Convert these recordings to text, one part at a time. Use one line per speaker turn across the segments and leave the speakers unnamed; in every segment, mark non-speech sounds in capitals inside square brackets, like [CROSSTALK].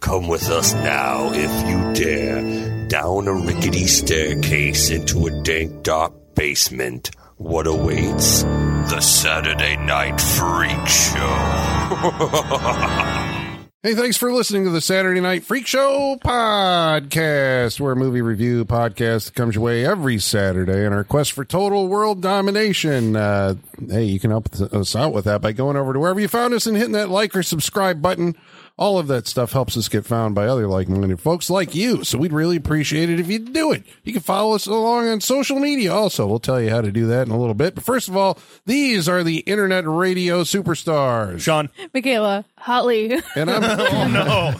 Come with us now, if you dare, down a rickety staircase into a dank, dark basement. What awaits? The Saturday Night Freak Show.
Hey, thanks for listening to the Saturday Night Freak Show podcast. We're a movie review podcast that comes your way every Saturday in our quest for total world domination. Uh, hey, you can help us out with that by going over to wherever you found us and hitting that like or subscribe button. All of that stuff helps us get found by other like-minded folks like you. So we'd really appreciate it if you do it. You can follow us along on social media. Also, we'll tell you how to do that in a little bit. But first of all, these are the internet radio superstars. [LAUGHS]
Sean.
Michaela, Holly.
And I'm,
No.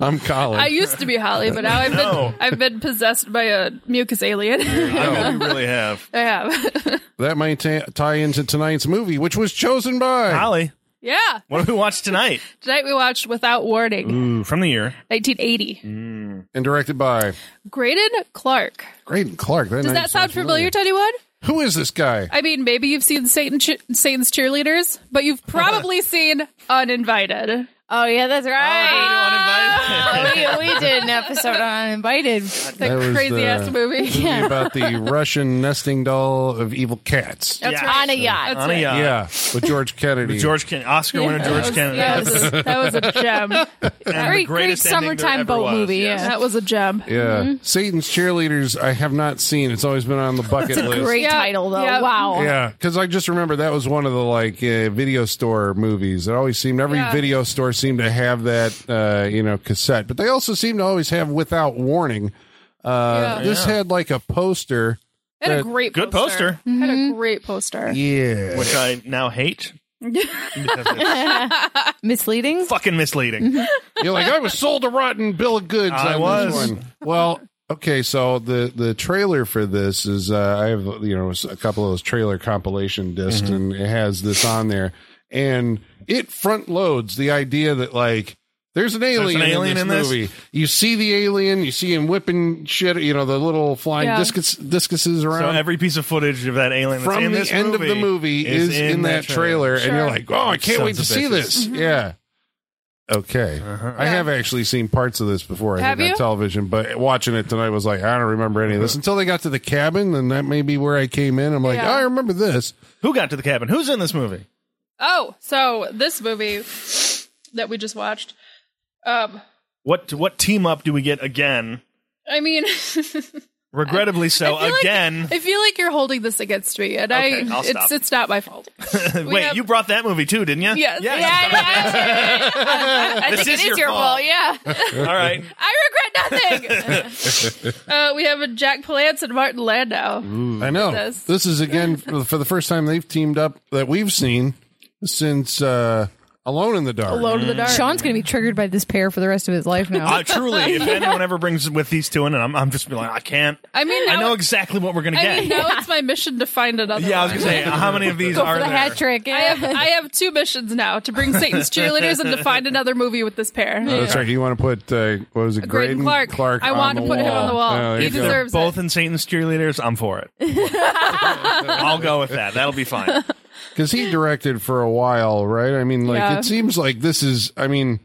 I'm Colin.
I used to be Holly, but now I've
No.
been I've been possessed by a mucus alien. [LAUGHS] I
I mean, you really have.
have. [LAUGHS]
That might ta- tie into tonight's movie, which was chosen by.
Holly,
yeah.
what do we watch tonight?
Tonight we watched Without Warning,
Ooh, from the year.
1980.
and directed by
Graydon Clark.
Graydon Clark.
Does that sound familiar to anyone?
Who is this guy?
I mean, maybe you've seen Satan che- Satan's cheerleaders, but you've probably seen Uninvited.
Oh yeah, that's
Oh,
right. we, we did an episode on
That
uninvited.
was uh,
That crazy
the-
ass movie.
[LAUGHS] Thinking about
[LAUGHS]
the Russian nesting doll of evil cats.
That's
Yeah.
on
right.
a yacht.
That's
On a
right.
yacht.
yeah, with George Kennedy.
George Ken- Oscar winner George Kennedy.
That was, a, that was a [LAUGHS] gem.
And
Great,
the
great
greatest ending there
summertime
ever
boat
was,
movie.
yes.
Yeah.
That was a gem.
Yeah,
Mm-hmm.
Satan's cheerleaders. I have not seen. It's always been on the bucket
That's a
list.
great
Yeah.
title though.
Yeah.
Wow.
yeah, because I just remember that was one of the like uh, video store movies. It always seemed every
Yeah.
video store seemed to have that uh, you know cassette, but they also seemed to always have without warning. Uh,
Yeah.
This
Oh, Yeah.
had like a poster.
Had
that-
a great
Good
poster.
poster.
Had a great poster.
Yeah.
Which I now hate. because it's
Misleading.
fucking misleading.
You're like, I was sold a rotten bill of goods.
I
on this
was.
one." Well, okay. So the the trailer for this is uh, I have you know a couple of those trailer compilation disks,
Mm-hmm.
and it has this on there, and it front loads the idea that like. There's an alien,
alien
in,
in
this
this?
movie. You see the alien, you see him whipping shit, you know, the little flying
Yeah.
discus, discuses
So
around
every piece of footage of that alien that's
from
in
the
this
end of the movie is, in, that trailer, and you're
Sure. Mm-hmm.
like, oh, I can't
Sons
wait to
of
see
bitches. Uh-huh.
this. Yeah. Okay. I
Yeah.
have actually seen parts of this before. I
Have
think on
you?
television, but watching it tonight was like, I don't remember any of
Uh-huh.
this until they got to the cabin, and that may be where I came in. I'm like,
Yeah.
I remember this.
Who got to the cabin? Who's in this movie?
Oh, so this movie that we just watched. Um,
What what team up do we get again?
I mean, [LAUGHS] I
Regrettably so,
feel like-
again.
I feel like you're holding this against me, and
Okay,
I
I'll
it's
stop.
it's not my fault.
Wait,
have-
you brought that movie too, didn't you?
Yes.
[LAUGHS] Yeah.
Yeah,
I
This
think
is
it
your
is your,
fault.
fault. Yeah.
All right.
I regret nothing. [LAUGHS] uh, we have a Jack Palance and Martin Landau.
I know
This.
this is
[LAUGHS]
again for for the first time they've teamed up that we've seen since uh, Alone in the Dark.
Alone in the dark.
Sean's gonna be triggered by this pair for the rest of his life now.
Uh, truly, if anyone ever brings with these two in, and I'm, I'm just be like, I can't.
I mean, now,
I know exactly what we're gonna
I
get.
mean, now it's my mission to find another.
yeah, I was
one.
gonna say, how many of these
Go
are
for the
there?
hat trick.
I have I have two missions now to bring Satan's cheerleaders and to find another movie with this pair.
Oh, that's right. You want to put uh, what was it,
Graydon Clark. I
on
want
the
to put him on the wall.
Oh, there
he
you go.
deserves it.
Both in Satan's cheerleaders, I'm for
[LAUGHS]
it. I'll go with that. That'll be fine.
because he directed for a while, right? I mean, like
Yeah.
it seems like this is, I mean,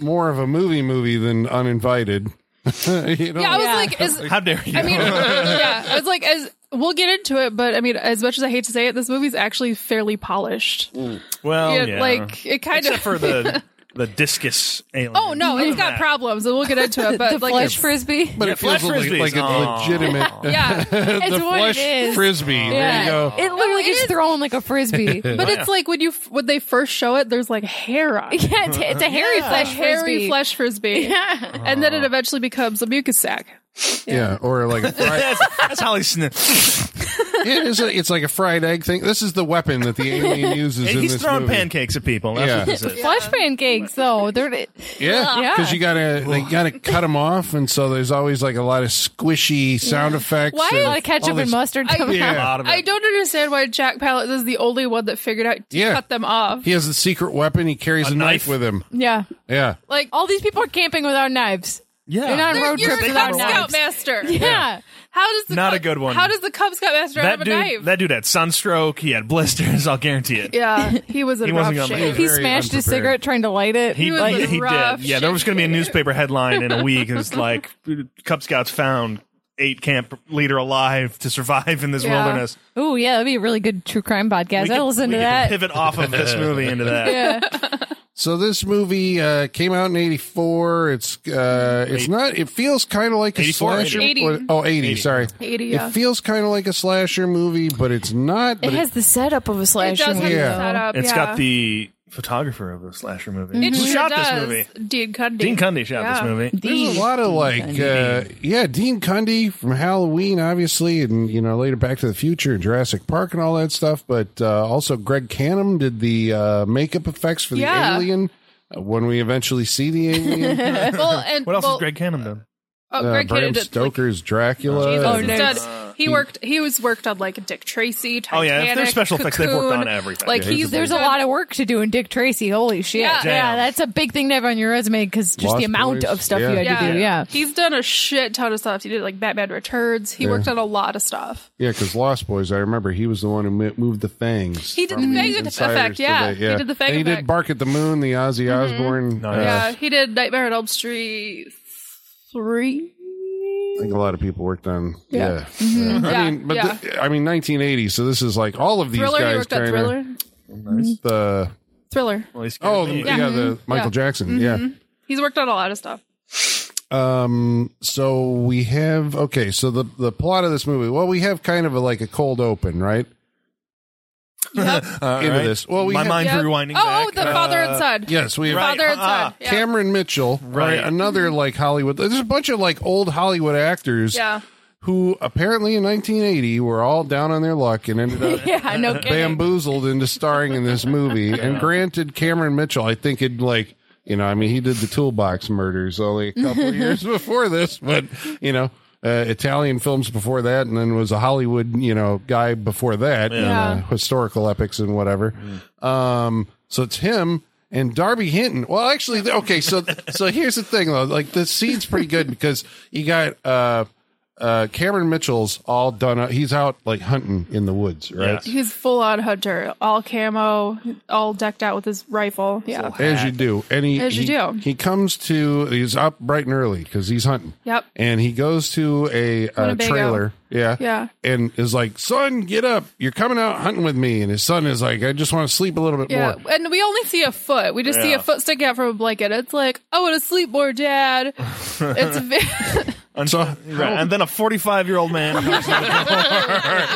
more of a movie movie than Uninvited. [LAUGHS] you know?
Yeah, I was
Yeah.
like, is,
How dare you? [LAUGHS]
I mean, yeah, I was like, as we'll get into it, but I mean, as much as I hate to say it, this movie's actually fairly polished.
well,
Yeah,
Oh, yeah.
Like it kind
except
of.
for the the discus alien.
[LAUGHS] oh no,
[LAUGHS]
it's got
that.
problems, and we'll get into [LAUGHS] it. But
the
like,
flesh
it's-
frisbee.
[LAUGHS]
but
Yeah,
it feels
Flash
like,
Frisbees.
like a
Aw. [LAUGHS]
legitimate.
yeah,
the
It's what
flesh
it is.
frisbee. There
Yeah.
you go.
It looked like
it
it's
is-
thrown like a frisbee.
[LAUGHS]
yeah,
but it's like when you f- when they first show it, there's like hair on. it.
it's, it's a hairy
A [LAUGHS]
flesh
hairy
frisbee.
flesh frisbee, [LAUGHS] and then it eventually becomes a mucus sac.
yeah. or like
[LAUGHS]
a fried,
That's, that's Holly Smith.
it is. A, it's like a fried egg thing. This is the weapon that the
[LAUGHS]
alien uses. in
He's
this
throwing
movie.
pancakes at people. That's
Yeah.
what this is.
Flesh pancakes though. They're
Yeah,
Yeah.
because you gotta they gotta cut them off, and so there's always like a lot of squishy sound effects.
Why
and
a
a lot of ketchup
all
and
this-
mustard
I- [LAUGHS]
coming
Yeah.
out.
A lot of it.
I don't understand why Jack Palance is the only one that figured out to
Yeah.
cut them off.
He has the secret weapon. He carries a,
A
knife
knife.
with him.
Yeah.
Yeah.
Like
All these people are camping without knives.
Yeah.
You're not on
You're,
road
you're
trips
a
without
Cub
a
Scout
knife.
master.
Yeah.
[LAUGHS] How does the
Not
Cub-
a good one.
How does the Cub Scout master have
that
a
dude,
knife?
that dude had sunstroke. He had blisters. I'll guarantee it. [LAUGHS]
yeah, he was in
He
rough
wasn't gonna
shape.
make
He
Very
smashed his
unprepared.
cigarette trying to light it.
He,
was
yeah,
a
he
rough
did. Yeah, there was going to be a newspaper headline in a week.
[LAUGHS]
It's like Cub Scouts found eight camp leader alive to survive in this
Yeah.
wilderness.
Oh yeah, that'd be a really good true crime podcast. I
could-
listen
we
to
could
that.
Pivot off of this movie into that.
[LAUGHS]
Yeah.
So this movie uh, came out in '84. It's uh, it's not. It feels kind of like a
84,
slasher.
80.
what- Oh, 80,
80.
Sorry,
80, yeah.
It feels kind of like a slasher movie, but it's not. But
It has the setup of a
It
slasher
does have
movie.
Yeah.
the setup.
It's
yeah.
got the photographer of the slasher movie.
It
Who
sure
shot
does.
this movie?
Dean Cundy.
Dean Cundy shot this
Yeah.
movie.
there's a lot of like, uh, yeah, Dean Cundy from Halloween, obviously, and you know later Back to the Future and Jurassic Park and all that stuff. But uh, also Greg Canham did the uh, makeup effects for the
Yeah.
alien. uh, When we eventually see the
[LAUGHS]
alien,
Well, and
What else
well,
has Greg Cannon done?
Oh,
uh,
Greg
Bram
Cannon did,
Stoker's Dracula.
Like, Jesus
Oh,
is
nice.
[LAUGHS]
dead. He worked. He was worked on like Dick Tracy.
Oh,
Titanic,
yeah, if there's special effects, they've worked
Cocoon.
on everything.
Like
Yeah, he's
he's
a
There's a lot of work to do in Dick Tracy. Holy shit.
Yeah.
Yeah,
Damn.
that's a big thing to have on your resume because just
Lost
the amount
Boys.
of stuff
Yeah.
you had to do. Yeah.
he's done a shit ton of stuff. He did like Batman Returns. He worked on a lot of stuff.
Yeah, because Lost Boys, I remember he was the one who mo- moved the fangs.
He did
from
the
these
fang
insiders
effect,
to
yeah.
the-
He did the fang
And he did
effect. Mm-hmm.
Bark at the Moon, the Ozzy Osbourne.
Nice.
Uh,
yeah, he did Nightmare on Elm Street three.
I think a lot of people worked on. Yeah, I
Mm-hmm. Yeah,
mean, but
yeah.
the- I mean, 1980. So this is like all of these
Thriller. He
guys
worked on
kind
Thriller.
of the
Thriller.
Well, he scared
oh the-
me.
yeah, the Michael
Yeah. Mm-hmm.
Jackson. Yeah.
He's worked on a lot of stuff.
Um. So we have okay. So the the plot of this movie. Well, we have kind of a, like a cold open, right?
Yep.
All
into
right.
this. Well, we
my
have-
mind's
Yep.
rewinding. back.
Oh,
Uh,
oh, the father
Uh,
and son.
Yes, we have
Right.
Father and
Uh-uh.
son. Yeah.
Cameron Mitchell,
Right.
right? Another like Hollywood. There's a bunch of like old Hollywood actors.
Yeah.
who apparently in 1980 were all down on their luck and ended
[LAUGHS]
up
[LAUGHS] Yeah, no kidding.
bamboozled into starring in this movie. And granted, Cameron Mitchell, I think it like you know, I mean, he did the Toolbox Murders only a couple of years before this, but you know. Uh, Italian films before that, and then was a Hollywood, you know, guy before that, and,
Yeah.
uh, historical epics and whatever. Um, so it's him and Darby Hinton. Well, actually, th- okay. So, so here's the thing though. Like the scene's pretty good because you got uh, uh, Cameron Mitchell's all done up. He's out like hunting in the woods, right?
He's full on hunter, all camo, all decked out with his rifle. Yeah.
As you do, and he
As you
he,
do.
he comes to he's up bright and early because he's hunting.
Yep.
And he goes to a uh,
Winnebago.
trailer, yeah,
Yeah.
and is like, "Son, get up! You're coming out hunting with me." And his son is like, "I just want to sleep a little bit
Yeah,
more."
and we only see a foot. We just see
Yeah.
a foot sticking out from a blanket. It's like, I want to sleep
[LAUGHS]
more, Dad. It's ve-
And, so, right. and then a 45 year old man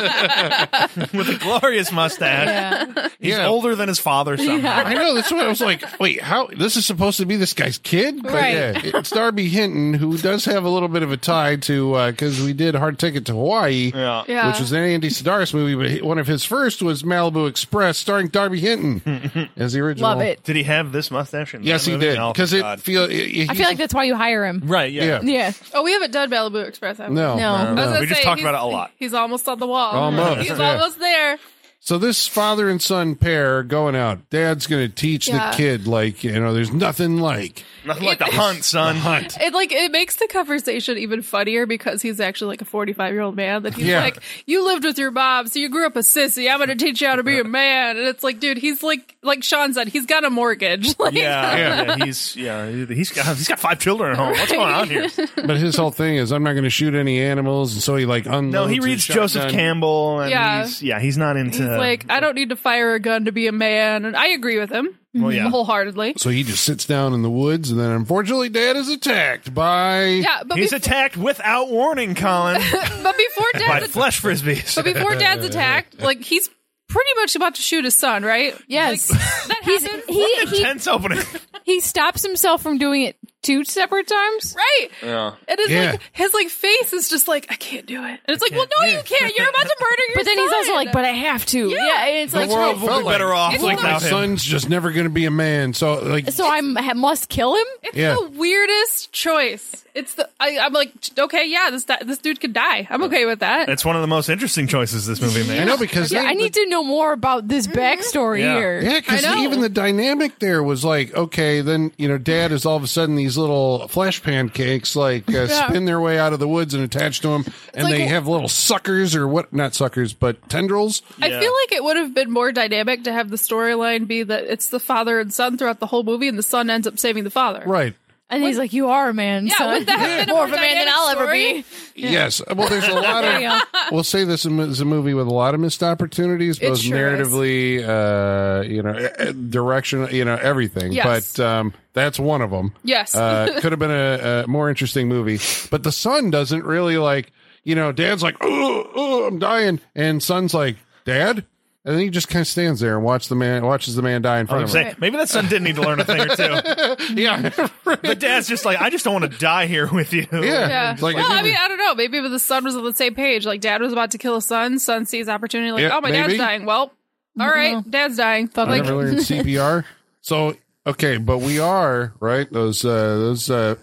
with a glorious mustache. He's
Yeah.
older than his father somehow.
I know. That's what I was like. Wait, how? This is supposed to be this guy's kid, but
Right.
Yeah, it's Darby Hinton who does have a little bit of a tie to because we did Hard Ticket to Hawaii,
Yeah.
Yeah.
which was an Andy Sidaris movie, but he- one of his first was Malibu Express, starring Darby
[LAUGHS]
Hinton as the original.
Love it.
Did he have this mustache? In
Yes,
that
he
movie?
did
Oh,
because it
God.
feel.
I feel like that's why you hire him.
right. Yeah.
Yeah.
Yeah.
oh, we haven't done Malibu Express. have we?
no,
No.
I was gonna
We just
say,
talked
he's-
about it a lot.
He's almost on the wall.
Almost,
He's
yeah.
almost there.
So this father and son pair going out. Dad's going to teach
Yeah.
the kid like you know. There's nothing like
Nothing like the hunt, son. hunt.
It like it makes the conversation even funnier because he's actually like a forty-five year old man. That he's
Yeah.
like, you lived with your mom, so you grew up a sissy. I'm gonna teach you how
[LAUGHS]
to be a man. And it's like, dude, he's like, like Sean said, he's got a mortgage. [LAUGHS] Like,
Yeah, yeah, he's yeah, he's got he's got five children at home. What's going on here?
But his whole thing is, I'm not going to shoot any animals, and so he like unloads.
No, he
his
reads Joseph
shotgun.
Campbell, and
Yeah.
he's yeah, he's not into
He's like, I don't need to fire a gun to be a man. And I agree with him
Well, yeah.
wholeheartedly.
So he just sits down in the woods, and then unfortunately, Dad is attacked by.
Yeah, but,
he's
bef-
attacked without warning, Colin,
but before
by
dad's
flesh frisbees.
but before dad's attacked, like he's pretty much about to shoot his son, right?
Yes. [LAUGHS] He's, he,
[LAUGHS]
he,
Tense opening.
he stops himself from doing it two separate times.
Right. And it's
Yeah.
like his like face is just like, I can't do it. And it's like, well, no, you can't. You're about to murder your
But then he's
son.
also like, but I have to. Yeah. and it's
The
like,
world
We'll
felt
be better off
It's like
My
without him.
son's just never going to be a man. So like,
so I'm- I must kill him?
it's
Yeah.
the weirdest choice. It's the I, I'm like, okay, yeah, this this dude could die. I'm okay with that.
It's one of the most interesting choices this movie made.
I know because
Yeah,
they-
Mm-hmm.
I need to know more about this backstory
Yeah.
here.
Yeah, because
I know.
even the dynamic there was like, okay, then you know, Dad is all of a sudden these little flesh pancakes like uh,
Yeah.
spin their way out of the woods and attach to him, and
like-
they have little suckers or what? Not suckers, but tendrils.
I
Yeah.
feel like it would have been more dynamic to have the storyline be that it's the father and son throughout the whole movie, and the son ends up saving the father.
Right.
And he's like, "You are a man,
Yeah,
son.
would that have been a more
more of a man than
dynamic
I'll ever
story?
be."
Yes. Uh, Well, there's a lot
[LAUGHS]
There you go.
of. We'll say this is a movie with a lot of missed opportunities, both
sure is.
narratively, uh, you know, eh, eh, direction, you know, everything.
Yes.
But um, that's one of them.
Yes. [LAUGHS]
uh, could have been a, a more interesting movie. But the son doesn't really like. You know, Dad's like, "Oh, oh, I'm dying," and son's like, "Dad," and then he just kind of stands there and watch the man watches the man die in front
I'm
of him.
saying maybe that son didn't need to learn a thing or
[LAUGHS]
two.
Yeah, [LAUGHS]
The dad's just like, I just don't want to die here with you.
yeah.
Yeah.
It's like-
well, I mean, I don't know. Maybe the son was on the same page. Like, dad was about to kill his son. Son sees opportunity. Like,
Yeah,
oh, my
maybe.
dad's dying. Well, all right, dad's dying.
I
like,
never learned
[LAUGHS]
CPR. So okay, but we are right. Those uh, those uh,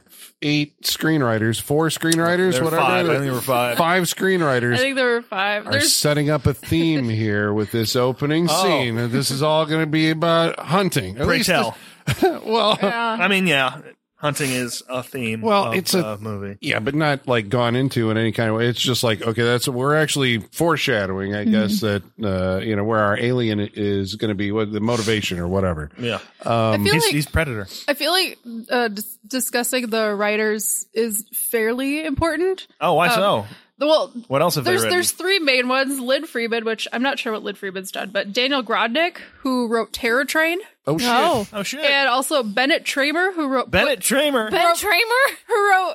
eight screenwriters, four screenwriters,
There were
whatever.
five. I think there were five.
screenwriters
I think there were five.
are
There's
setting up a
[LAUGHS]
theme here with this opening
Oh.
scene. And This is all going to be about hunting. At
Pray
least
tell.
this- well,
[LAUGHS]
yeah.
Uh-huh.
I mean, yeah, hunting is a theme.
Well,
of
it's a-
the movie.
but not like gone into in any kind of way. It's just like okay, that's we're actually foreshadowing, I guess, that
Mm-hmm.
uh, you know where our alien is going to be, what the motivation or whatever.
Yeah,
I feel
he's,
like
he's predator.
I feel like uh, dis- discussing the writers is fairly important.
Oh, why so?
Well,
What else have they
uh, there's
written?
there's three main ones. Lynn Freeman, which I'm not sure what Lynn Freeman's done, but Daniel Grodnick, who wrote Terror Train,
Oh shit!
Oh,
oh shit,
and also Bennett Tramer, who wrote
Bennett Tramer.
Ben Tramer.
who wrote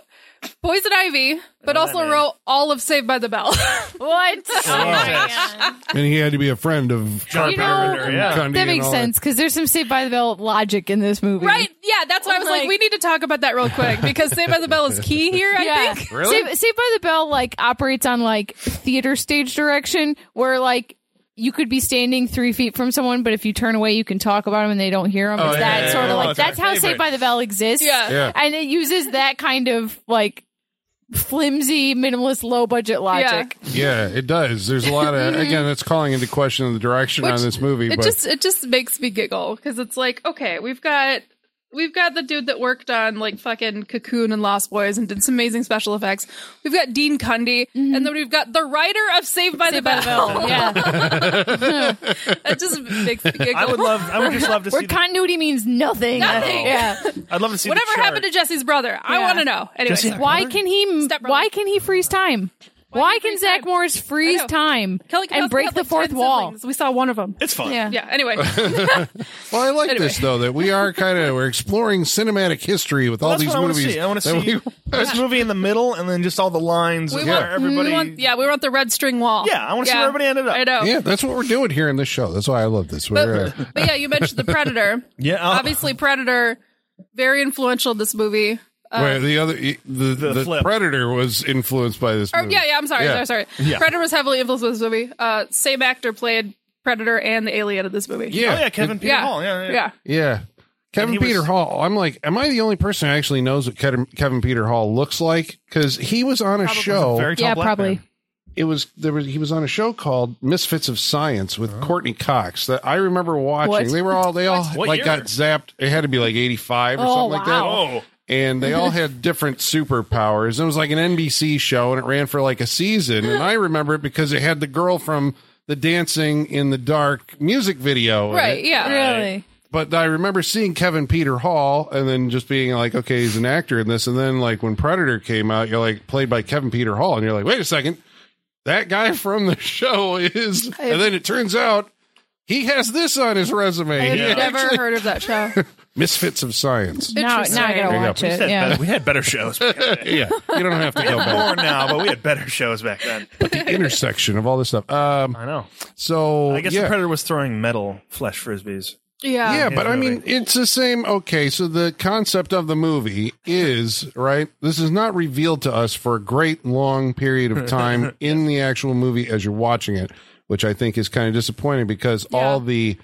Poison Ivy, but also
name.
wrote all of Saved by the Bell. [LAUGHS]
What?
Oh,
And he had to be a friend of
John
You know,
Carpenter, yeah.
Cundy
that
and
makes
all that.
sense because there's some Saved by the Bell logic in this movie,
right? Yeah, that's why I was like,
Like-
we need to talk about that real quick because Saved by the Bell is key here. I
[LAUGHS]
think.
Really?
Saved, Saved by the Bell like operates on like theater stage direction, where like you could be standing three feet from someone, but if you turn away, you can talk about them and they don't hear them.
Oh,
it's
yeah,
that
yeah,
sort
yeah.
of
Oh,
like
it's our
that's how Saved
favorite.
by the Bell exists.
Yeah.
Yeah.
and it uses that kind of like flimsy, minimalist, low budget logic.
Yeah, it does. There's a lot
[LAUGHS]
of again, that's calling into question the direction
Which-
on this movie.
It
But
just it just makes me giggle because it's like, okay, we've got we've got the dude that worked on like fucking Cocoon and Lost Boys and did some amazing special effects. We've got Dean Cundy, and then we've got the writer of Saved by the
Mm-hmm. Saved by the
Bell.
Bell.
[LAUGHS]
yeah,
it just
[LAUGHS]
makes me giggle.
I would love. I would just love to
where
see. The,
continuity means nothing.
Nothing.
Yeah.
I'd love to see the
Whatever
chart.
happened to Jesse's brother? I
Yeah.
want to know. Anyways,
Jesse-
Why can he?
Step Brother.
Why can he freeze time? Why,
he
can
freeze
Zach
time?
Morris
I
freeze
know.
time
Kelly Kapowski
and break
had,
the
like,
fourth
10
wall?
siblings. We saw one of them.
It's fun.
Yeah.
Yeah.
[LAUGHS]
Anyway, [LAUGHS]
well, I like this though that we are kind of we're exploring cinematic history with all
That's
these
what I want to
movies.
see. I want to
that
see
[LAUGHS] we-
this movie in the middle, and then just all the lines
We
of
want-
where everybody.
we want yeah, we want the red string wall.
Yeah, I wanna see where everybody ended up.
I know.
yeah, that's what we're doing here in this show. That's why I love this. We're,
Oh.
uh,
But, [LAUGHS] but yeah, you mentioned the Predator.
Yeah, I'll-
obviously Predator, very influential in this movie.
uh, where the other the, the,
flip.
Predator was influenced by this.
Or,
movie.
Oh, yeah, yeah, I'm sorry,
Yeah.
sorry, sorry.
Yeah.
Predator was heavily influenced by this movie. Uh, same actor played Predator and the alien in this movie.
yeah,
Oh yeah, Kevin Peter
yeah,
Hall. Yeah, yeah.
Yeah. Kevin
he was-
Peter Hall. I'm like, am I the only person who actually knows what Kevin, Kevin Peter Hall looks like? Because he was on a show.
Very tall
Yeah,
black
probably.
man.
it was there was he was on a show called Misfits of Science
Oh.
with Courtney Cox that I remember watching.
What?
They were all they all
What
like
year?
got zapped. It had to be like eighty five or
Oh,
something like that.
wow.
Oh,
And they
[LAUGHS]
all had different superpowers. It was like an NBC show and it ran for like a season.
[LAUGHS]
And I remember it because it had the girl from the Dancing in the Dark music video. in
Right,
it.
yeah.
Really?
But I remember seeing Kevin Peter Hall and then just being like, okay, he's an actor in this. And then like when Predator came out, you're like played by Kevin Peter Hall, and you're like, wait a second, that guy [LAUGHS] from the show is. And then it turns out he has this on his resume.
I've
He
never
actually-
heard of that show.
Misfits of Science.
[LAUGHS] Now, now I
Interesting.
gotta
Yeah,
watch
we
it. Yeah.
we had better shows. back then.
Yeah, you don't have to go back.
More now, Oh, but we had better shows back
[LAUGHS]
then.
The intersection of all this stuff. Um,
I know.
so
I guess
yeah.
the predator was throwing metal flesh frisbees.
Yeah,
yeah, but I
movie.
mean, it's the same. Okay, so the concept of the movie is right. This is not revealed to us for a great long period of [LAUGHS] time in the actual movie as you're watching it, which I think is kind of disappointing because all the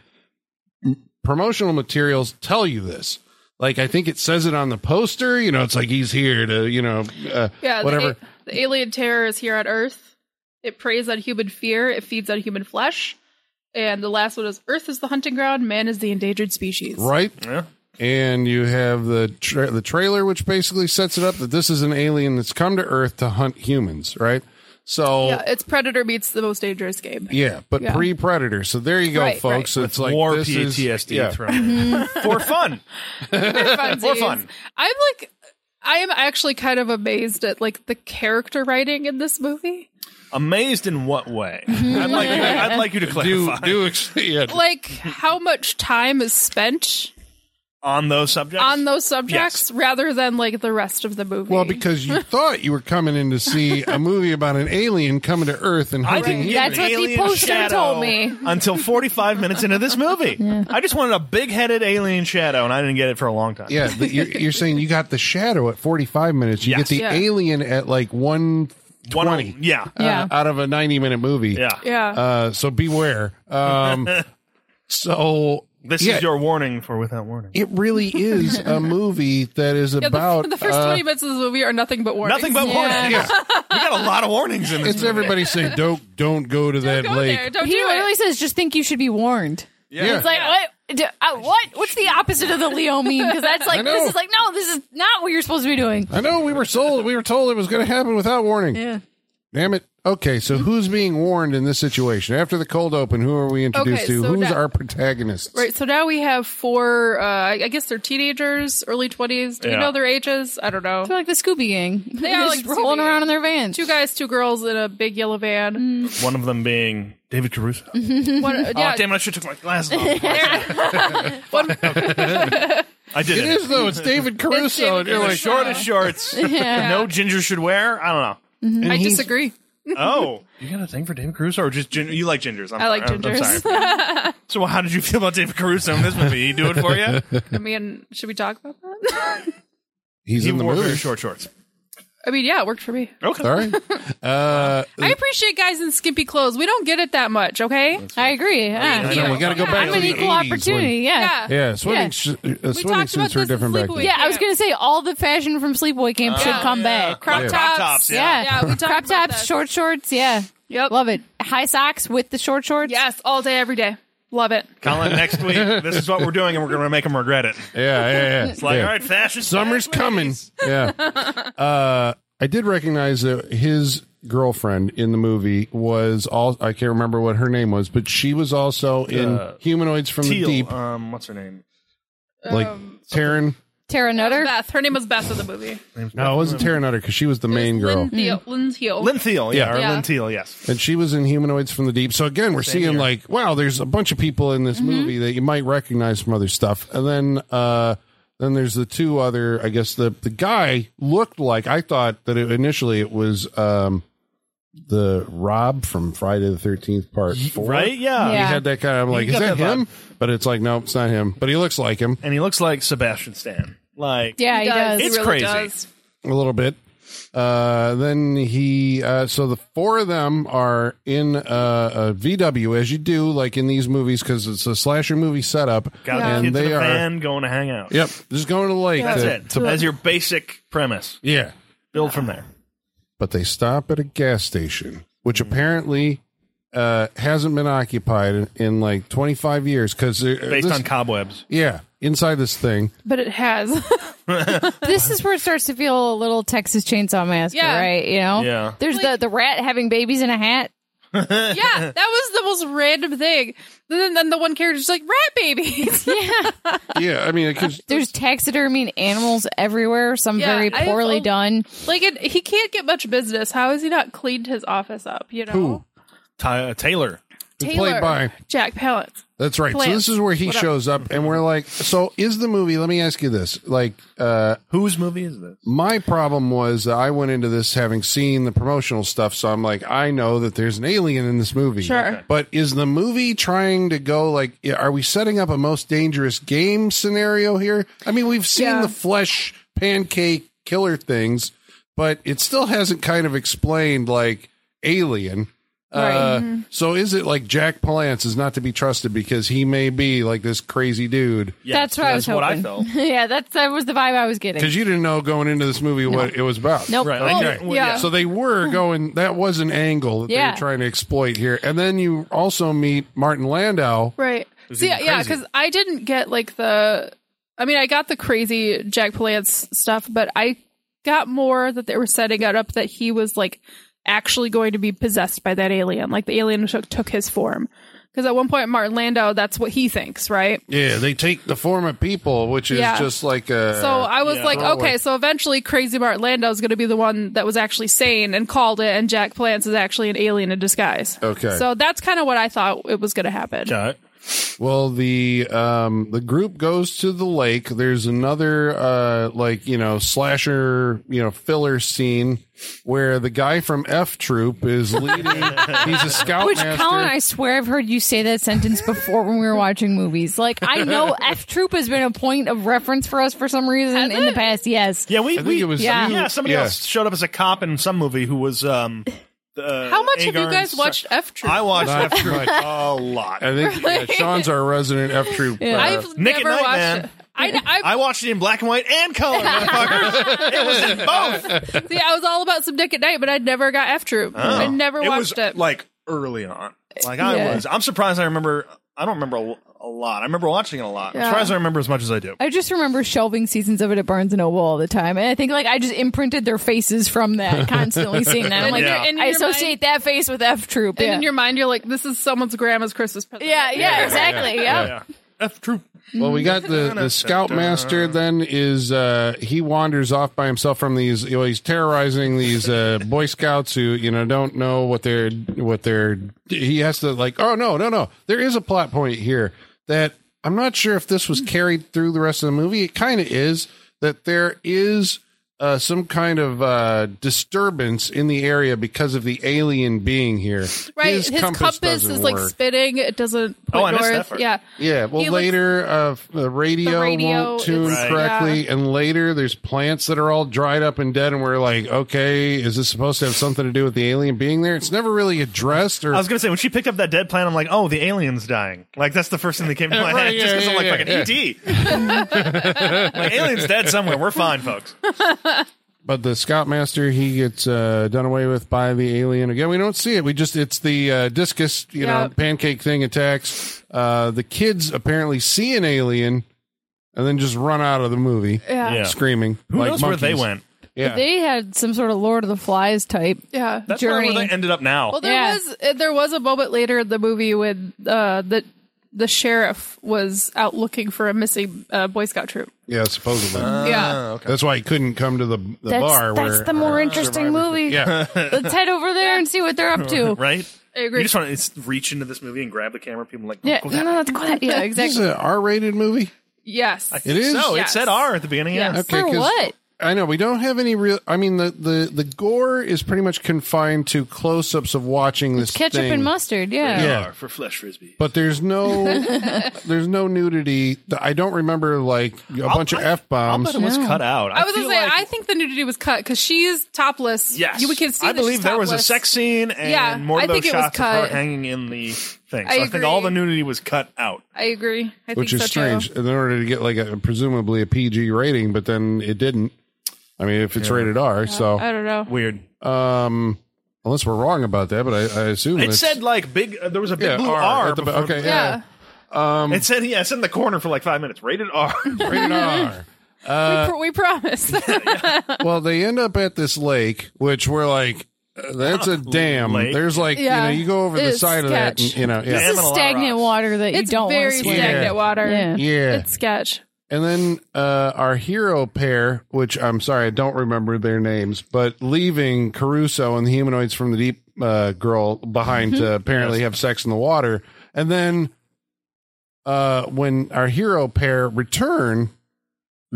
m- promotional materials tell you this. Like, I think it says it on the poster. You know, it's like he's here to, you know, uh,
yeah. the
whatever.
a- The, alien terror is here on Earth. It preys on human fear. It feeds on human flesh. And the last one is Earth is the hunting ground, man is the endangered species.
right?
Yeah.
And you have the tra- the trailer, which basically sets it up that this is an alien that's come to Earth to hunt humans, right? So
Yeah, it's Predator meets the most dangerous game.
Yeah, but
Yeah.
pre predator. So there you go,
Right,
folks. So
right.
it's like
War
this is-
PTSD
yeah.
[LAUGHS] thrown in.
Mm-hmm.
for fun.
Funsies.
fun.
I'm like, I am actually kind of amazed at like the character writing in this movie.
Amazed in what way?
Mm-hmm.
I'd like you, I'd like you to
Do
clarify
do ex- [LAUGHS] yeah.
Like how much time is spent
on those subjects.
on those subjects rather than like the rest of the movie.
well, because
[LAUGHS]
you thought you were coming in to see a movie about an alien coming to Earth and
I
hunting
didn't
humans.
get
That's
an
what the
alien
poster
shadow
told me.
until 45 minutes into this
[LAUGHS]
movie. I just wanted a big-headed alien shadow, and I didn't get it for a long time.
Yeah, but you're, you're saying you got the shadow at 45 minutes. You
Yes.
get the
Yeah.
alien at like 120
One of- yeah,
Yeah.
out of a 90 minute movie.
yeah.
yeah,
Uh, so beware.
[LAUGHS]
Um, so
This
yeah,
is your warning for without warning.
It really is a
[LAUGHS]
movie that is
yeah.
about
the, the first
uh,
twenty minutes of this movie are nothing but warnings.
Nothing but warnings.
Yeah.
We got a lot of warnings in this.
It's everybody saying don't don't go to that
Go
lake.
there. Don't
He
do
literally
it.
says, "Just think you should be warned."
Yeah.
It's like what? Do, uh, what? What's the opposite of the Leo meme? Because that's
I
like
know.
this is like no, this is not what you're supposed to be doing.
I know we were sold. We were told it was going to happen without warning.
Yeah.
Damn it. Okay, so who's being warned in this situation? After the cold open, who are we introduced
Okay,
to?
so
Who's
now-
our protagonist?
Right, so now we have four. Uh, I guess they're teenagers, early twenties. Do you
Yeah.
know their ages? I don't know.
They're like the Scooby Gang. They
are
are
like
like
the
rolling
Scooby
around
Gang.
in their van.
Two guys, two girls in a big yellow van.
One of them being David Caruso.
One, uh, yeah,
Oh, damn it, I should have took my glasses
[LAUGHS]
off. [LAUGHS]
one-
I did
It is though. It's David Caruso.
It's David
and you're like,
Caruso.
Shortest
[LAUGHS]
shorts. No ginger should wear. I
I
he's-
disagree.
don't know. Oh, you got a thing for David Caruso, or just gin- you like gingers? I'm,
I like
I'm- I'm
gingers.
sorry.
[LAUGHS]
so, how did you feel about David Caruso in this movie? He do it for you?
I mean, should we talk about that? [LAUGHS]
he's
He
in the
wore very
movie.
short shorts.
I mean, yeah, it worked for me.
Okay.
All right. Uh,
I appreciate guys in skimpy clothes. We don't get it that much, okay?
I agree. Yeah.
you know, we got to go back
I'm
to
an
the
equal
80s
opportunity.
When,
yeah.
Yeah.
yeah.
yeah, swimming,
Yeah.
sh- uh, swimming
talked about
suits were
this in
different back
Sleepaway
then.
Camp.
I was gonna say all the fashion from Sleepaway Camp should come back.
Crop
Yeah.
tops.
tops, yeah.
Yeah,
Yeah, we talked
crop
about
tops,
that.
short shorts. Yeah,
Yep.
love it. High socks with the short shorts.
Yes, all day, every day. Love it.
Colin, next week, this is what we're doing, and we're going to make him regret it.
Yeah, yeah, yeah.
It's like,
yeah.
all right, fashion.
Summer's coming. [LAUGHS] Yeah. Uh, I did recognize that his girlfriend in the movie was all I can't remember what her name was, but she was also in
Uh,
Humanoids from
Teal.
the Deep,
Um, what's her name?
like Taryn.
Tara Nutter.
Beth. Her name was Beth in the movie. Mm.
No, it wasn't Taryn Nutter because she was the main girl,
Lynn Thiel. Lynn Thiel.
Lynn Thiel. Yeah, or
Yeah.
Lynn Thiel. Yes.
and she was in Humanoids from the Deep. So again, we're seeing
here. Mm-hmm.
like wow, there's a bunch of people in this movie that you might recognize from other stuff, and then. uh then there's the two other. I guess the the guy looked like I thought that it, initially it was um, the Rob from Friday the Thirteenth Part Four.
Right. Yeah.
Yeah.
He had that kind of I'm like, is
got
that,
that vibe.
him? But it's like, no, it's not him. But he looks like him
And he looks like Sebastian Stan. Like,
Yeah, he does.
He
It's
really
crazy.
does.
a little bit. Uh, then he, uh, so the four of them are in uh, a VW, as you do, like in these movies, because it's a slasher movie setup,
got the
and
kids in
they
the
are,
van going to hang out.
yep, just going to the lake.
That's
to-
it. That's your basic premise.
Yeah,
Build from there.
but they stop at a gas station, which
Mm-hmm.
apparently uh, hasn't been occupied in, in like 25 years, because
Based on cobwebs.
yeah, inside this thing.
But it has.
this is where it starts to feel a little Texas Chainsaw Massacre,
Yeah.
right? You know,
Yeah.
There's the the rat having babies in a hat.
[LAUGHS] yeah, that was the most random thing. Then, then the one character's like, rat babies.
Yeah, I mean, it could,
There's taxidermy and animals everywhere. Some
Yeah,
very
I have
poorly
a-
done.
like, it, he can't get much business. How has he not cleaned his office up, you know?
Who?
Ty- uh, Taylor.
It's
Taylor.
played by
Jack Palance.
That's right. So
Plants.
this is where he shows up, and we're like, so is the movie? Let me ask you this: like, uh,
Whose movie is this?
my problem was that I went into this having seen the promotional stuff, so I'm like, I know that there's an alien in this movie.
Sure. Okay.
But is the movie trying to go like, are we setting up a most dangerous game scenario here? I mean, we've seen
Yeah.
the flesh pancake killer things, but it still hasn't kind of explained like alien. Uh,
Mm-hmm.
So is it like Jack Palance is not to be trusted because he may be like this crazy dude?
Yeah,
that's what I was
that's what I
hoping.
felt.
[LAUGHS] yeah, that's that was the vibe I was getting.
Because you didn't know going into this movie what it was about.
Nope.
Right.
Well,
like, well,
yeah. Hmm.
So they were going. That was an angle that they
Yeah.
were trying to exploit here. And then you also meet Martin Landau.
Right. So yeah,
even
yeah,
crazy.
because I didn't get like the. I mean, I got the crazy Jack Palance stuff, but I got more that they were setting it up that he was like actually going to be possessed by that alien, like the alien took took his form. Because at one point, Martin Landau, that's what he thinks, right?
Yeah, they take the form of people, which is
Yeah.
just like a.
So I was
yeah.
like,
Oh,
okay,
wait.
so eventually, crazy Martin Landau is going to be the one that was actually sane and called it, and Jack Palance is actually an alien in disguise.
Okay.
So that's kind of what I thought it was going to happen.
Got it.
Well, the um the group goes to the lake. There's another uh like you know slasher you know filler scene where the guy from F Troop is
[LAUGHS]
leading. he's a scout
Which
master.
Colin, I swear I've heard you say that sentence before when we were watching movies. Like
[LAUGHS]
I know F Troop has been a point of reference for us for some reason in the past. Yes.
Yeah, we.
I think
we
it was
Yeah.
you-
yeah, somebody
yeah.
else showed up as a cop in some movie who was. um uh,
How much have you
Agarn's-
guys watched F Troop?
I watched
Not
F Troop
much.
a lot.
I think
[LAUGHS]
yeah, Sean's our resident F Troop. Uh,
I've
Nick at
never
Night,
watched
man.
it. I, I,
I watched it in black and white and color, motherfuckers. it was in both.
see, I was all about some Dick at Night, but I never got F Troop. I never watched
was,
it.
Like early on, like I
Yeah.
was. I'm surprised. I remember. I don't remember a, a lot. I remember watching it a lot. I'm
Yeah.
surprised I remember as much as I do.
I just remember shelving seasons of it at Barnes and Noble all the time, and I think like I just imprinted their faces from that, constantly seeing them. I'm like
Yeah.
in
I
your mind-
associate that face with F Troop.
and
Yeah.
in your mind, you're like, this is someone's grandma's Christmas present.
yeah, yeah, exactly. Yeah.
yeah, F Troop.
well,
Mm-hmm.
we got the the scout master. Then is uh he wanders off by himself from these. You know, he's terrorizing these uh Boy Scouts who you know don't know what they're what they're. He has to like. Oh no no no! There is a plot point here that I'm not sure if this
Hmm.
was carried through the rest of the movie. It kind of is that there is. Uh, some kind of uh, disturbance in the area because of the alien being here.
Right. His, compass,
doesn't
is like
work.
spinning. It doesn't point
Oh, I missed that
north.
part.
Yeah.
Yeah, well,
He looks-
later uh, the radio,
The radio
won't tune
is-
correctly, and later there's plants that are all dried up and dead, and we're like, okay, is this supposed to have something to do with the alien being there? It's never really addressed, or
I was gonna say when she picked up that dead plant, I'm like, oh, the alien's dying. Like that's the first thing
[LAUGHS]
that came to my
Right,
head, just
yeah,
because
yeah, yeah,
I'm like fucking ET. [LAUGHS] like alien's dead somewhere. We're fine, folks.
but the scoutmaster he gets uh, done away with by the alien again. We don't see it. We just it's the uh, discus, you
Yeah.
know, pancake thing attacks. Uh, the kids apparently see an alien and then just run out of the movie,
Yeah.
Yeah.
screaming.
Who
like
knows where they
monkeys.
went?
Yeah.
They had some sort of Lord of the Flies type.
Yeah.
That's probably where
Journey.
they ended up now.
Well, there
Yeah.
was uh, there was a moment later in the movie when uh, the the sheriff was out looking for a missing uh, Boy Scout troop. Oh.
yeah, supposedly.
Ah,
yeah.
That's why he couldn't come to the, the
That's,
bar.
that's
where,
the more interesting movie.
Yeah.
Let's head over there and see what they're up to.
[LAUGHS] right?
I agree.
You just want to reach into this movie and grab the camera. People are like,
Yeah,
go
no,
that
no, that's cool. Yeah,
[LAUGHS] This is
exactly.
an R-rated movie.
Yes.
It is.
No,
Yes.
it said R at the beginning. Yeah.
Yes.
For
'cause
what?
I know we don't have any real. I mean, the the the gore is pretty much confined to close-ups of watching this
Ketchup
thing,
and mustard. Yeah.
Yeah.
R for flesh frisbee.
But there's
[LAUGHS]
no there's no nudity. I don't remember like a bunch of
I-
f bombs.
I'll bet it was cut out.
I was gonna
feel
say,
like-
I think the nudity was cut because she's topless.
Yes,
you we can see.
I
that
believe
she's
there was a
topless.
sex scene and
Yeah,
more of
I
those
think it was
shots of her
cut.
hanging in the thing. So
I
I, think all
agree.
the nudity was cut out.
I agree. I
Which is
think so
strange
Too.
in order to get like a presumably a PG rating, but then it didn't. I mean, if it's rated R,
I
so
don't know.
Weird.
um, unless we're wrong about that, but I, I assume
It
it's-
said like big. Uh, there was a big
yeah,
blue
R.
R.
at the-
before
okay, um,
the-
yeah.
Yeah.
It said yeah. It's in the corner for like five minutes. Rated
[LAUGHS]
R.
Rated R.
we, pr- we promise.
Well, they end up at this lake, which we're like, uh, that's a dam.
Lake.
There's like,
Yeah.
you know, you go over the
It's
side of that,
sketch.
and, you know, yeah.
This is
Amalot
stagnant
rocks.
water that you
it's
don't
very
want to swim. in.
stagnant
Yeah.
water.
Yeah.
Yeah.
It's sketch.
and then uh, our hero pair, which I'm sorry, I don't remember their names, but leaving Caruso and the humanoids from the deep uh, girl behind
Mm-hmm.
to apparently have sex in the water. And then uh, when our hero pair return,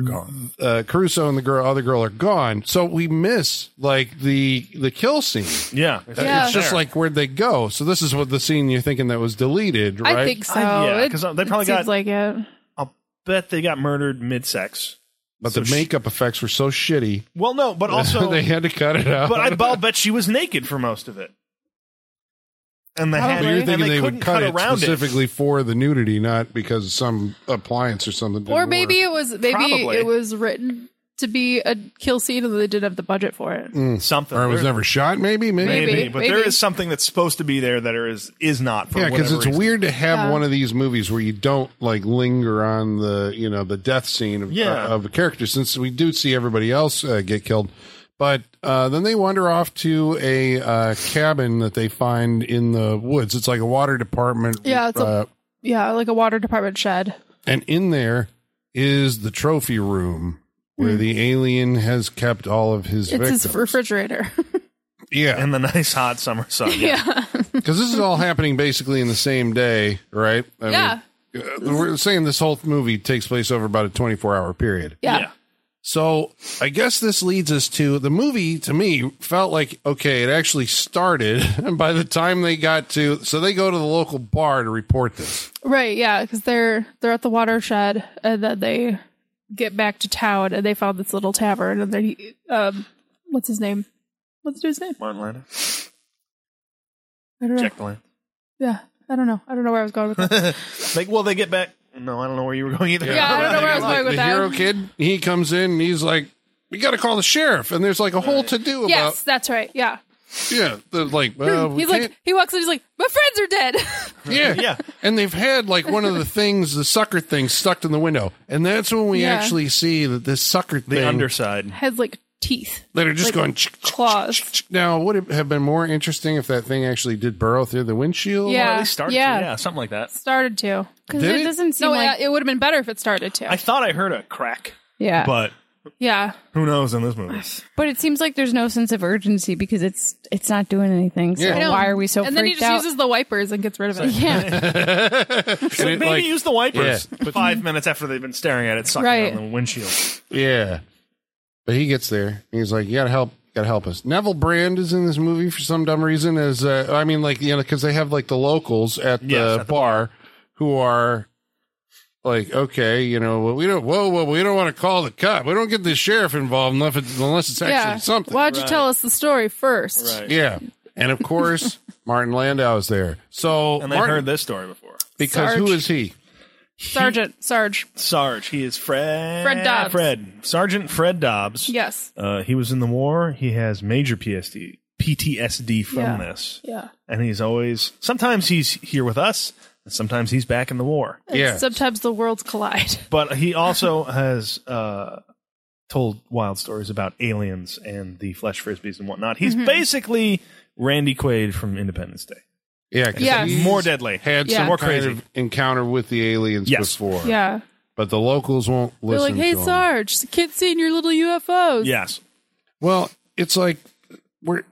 Gone.
uh, Caruso and the girl, other girl are gone. So we miss like the the kill scene.
Yeah.
Yeah.
It's just
there.
like where'd they go? So this is what the scene you're thinking that was deleted, right?
I think so.
I- yeah,
Oh, It-
'cause uh, they probably
it seems
got-
like
uh,
it.
I'll bet they got murdered mid-sex.
but
so
the
sh-
makeup effects were so shitty. [LAUGHS]
Well, no, but also
they had to cut it out.
But I, I'll bet she was naked for most of it. and the
So
hand.
you're
Probably.
and
thinking
they,
they,
couldn't
would
cut,
cut, it
around
specifically for the nudity, not because some appliance or something. didn't
or maybe
work.
it was maybe
Probably.
it was written to be a kill scene and they didn't have the budget for it.
it. Something.
or it was
There-
never shot. Maybe, maybe.
maybe,
Maybe,
but
maybe.
there is something that's supposed to be there that there is is not. For
Yeah, because
whatever
it's
reason.
weird to have
Yeah.
one of these movies where you don't like linger on the you know the death scene of,
Yeah.
uh, of a character, since we do see everybody else uh, get killed. But uh, then they wander off to a uh, cabin that they find in the woods. It's like a water department.
Yeah, it's a-
uh,
Yeah, like a water department shed.
and in there is the trophy room where the alien has kept all of his
Hmm. It's
victims.
his refrigerator. [LAUGHS]
yeah,
in the nice hot summer sun. Yeah.
Because this is
[LAUGHS]
all happening basically in the same day, right? I
Yeah.
Mean, uh, we're saying this whole movie takes place over about a 24 hour period.
Yeah.
Yeah.
So I guess this leads us to the movie to me felt like, okay, it actually started. [LAUGHS] And by the time they got to, so they go to the local bar to report this.
Right, yeah, because they're they're at the watershed and then they get back to town and they found this little tavern and they um what's his name? What's his name?
Martin Landau.
I don't know.
Jack the Land.
Yeah. I don't know. I don't know where I was going with that.
Like, well, they get back. No, I don't know where you were going either.
Yeah, I don't know where I was
Like,
going with
the
that.
hero kid, he comes in and he's like, we got to call the sheriff. And there's like a whole to do
yes, that's right. Yeah.
about, yeah, they're like, well, we
he's like
can't-
he walks in, he's like, My friends are dead.
Yeah.
Yeah.
And they've had like one of the things, the sucker thing stuck in the window. And that's when we
Yeah.
actually see that this sucker
[LAUGHS] The
thing
underside.
Has like teeth.
that are just
like,
going chick, chick,
claws.
chick, chick. Now, would it have been more interesting if that thing actually did burrow through the windshield?
Yeah.
Or at least start to,
yeah.
yeah, something like that.
Started to.
because
Did
it
it?
doesn't seem
No,
like
yeah, it would have been better if it started to.
I thought I heard a crack,
yeah.
but
yeah.
who knows in this movie?
But it seems like there's no sense of urgency because it's it's not doing anything. So
Yeah. I know.
why are we so
and
freaked
then he just
out?
uses the wipers and gets rid of it.
[LAUGHS]
yeah,
And it,
Maybe
like-
use the wipers
Yeah,
[LAUGHS] five minutes after they've been staring at it, sucking
Right.
on the windshield.
yeah. But he gets there. And he's like, you got to help. Got to help us. Neville Brand is in this movie for some dumb reason. As uh, I mean, like you know, because they have like the locals at the
Yes, at the
bar who are like, okay, you know, well, we don't. Whoa, whoa, we don't want to call the cop. We don't get the sheriff involved unless it's, unless it's actually
Yeah.
something.
Why don't you
Right.
tell us the story first?
Yeah. And of
[LAUGHS]
course, Martin Landau is there. So
And they
Martin-
heard this story before.
because who
Sarge.
is he?
Sergeant, Sarge.
Sarge. He is Fred.
Fred Dobbs.
Fred. Sergeant Fred Dobbs.
Yes.
Uh, he was in the war. He has major PSD, PTSD from
Yeah.
this.
Yeah.
And he's always, sometimes he's here with us, and sometimes he's back in the war.
Yeah.
Sometimes the worlds collide. [LAUGHS]
But he also has uh, told wild stories about aliens and the flesh frisbees and whatnot. He's
Mm-hmm.
basically Randy Quaid from Independence Day.
Yeah. 'cause
Yeah.
he's
More deadly.
Had
Yeah.
some
More
kind
crazy.
of encounter with the aliens
Yes.
before.
Yeah.
But the locals won't
They're
listen
like, hey,
to him.
Sarge, the kid's seeing your little UFOs.
Yes.
Well, it's like we're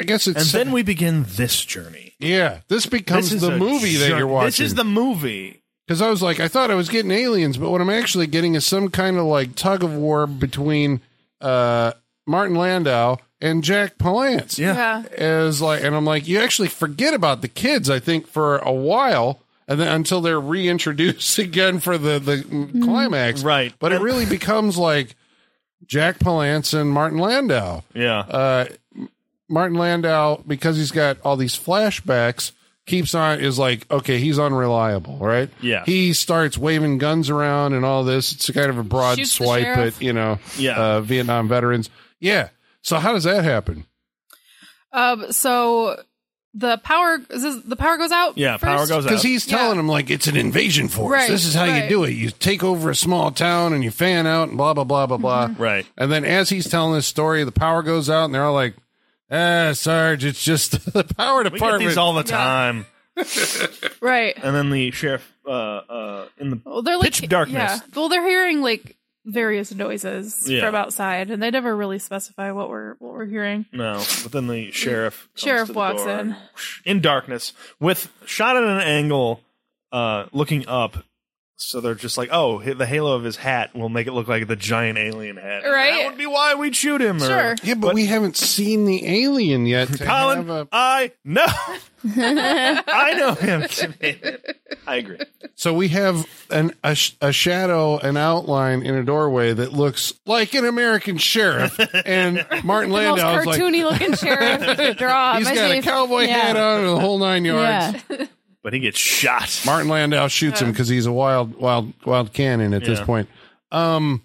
I guess it's
And then we begin this journey.
yeah, this becomes
This is
the
a
movie that
jour-
you're watching.
This is the movie.
Because I was like, I thought I was getting aliens, but what I'm actually getting is some kind of like tug of war between uh, Martin Landau and Jack Palance.
Yeah.
As like, and I'm like, you actually forget about the kids, I think, for a while, and then until they're reintroduced [LAUGHS] again for the the
Mm-hmm.
climax,
Right.
But it
And-
really becomes like Jack Palance and Martin Landau.
Yeah.
Uh, Martin Landau, because he's got all these flashbacks, keeps on is like, okay, he's unreliable, right?
Yeah.
He starts waving guns around and all this. It's kind of a broad
Shoots the
swipe
sheriff.
at you know,
Yeah.
uh, Vietnam veterans. Yeah. So how does that happen?
Um, so the power is this, the power goes out?
yeah. Power
first?
goes out.
Because he's
Yeah.
telling him like it's an invasion force.
Right,
this is how you
right.
do it. You take over a small town and you fan out and blah blah blah blah blah.
Mm-hmm.
Right.
And then as he's telling this story, the power goes out and they're all like, "Ah, Sarge, it's just [LAUGHS] the power
We get
department."
these all the time.
Right.
And then the sheriff uh, uh, in the
Well, they're like
Pitch darkness.
Yeah. Well, they're hearing like various noises
Yeah.
from outside, and they never really specify what we're what we're hearing.
no, but then the sheriff comes
Sheriff
to the
walks
door
in.
and- in darkness with shot at an angle, uh, looking up So they're just like, oh, hi- the halo of his hat will make it look like the giant alien head. And
Right.
That would be why we'd shoot him. or-
Sure.
Yeah, but, we haven't seen the alien yet. To have
Colin,
a-
I
[LAUGHS]
know. I know him. [LAUGHS] I agree.
so we have an a, sh- a shadow, an outline in a doorway that looks like an American
[LAUGHS]
sheriff, and Martin
The most
Landau is like
cartoony looking sheriff you could draw.
he's
My
got a
face-
cowboy
yeah.
hat on and the whole nine yards.
Yeah.
But he gets shot.
Martin Landau shoots him because he's a wild, wild, wild cannon at this
Yeah.
point. Um,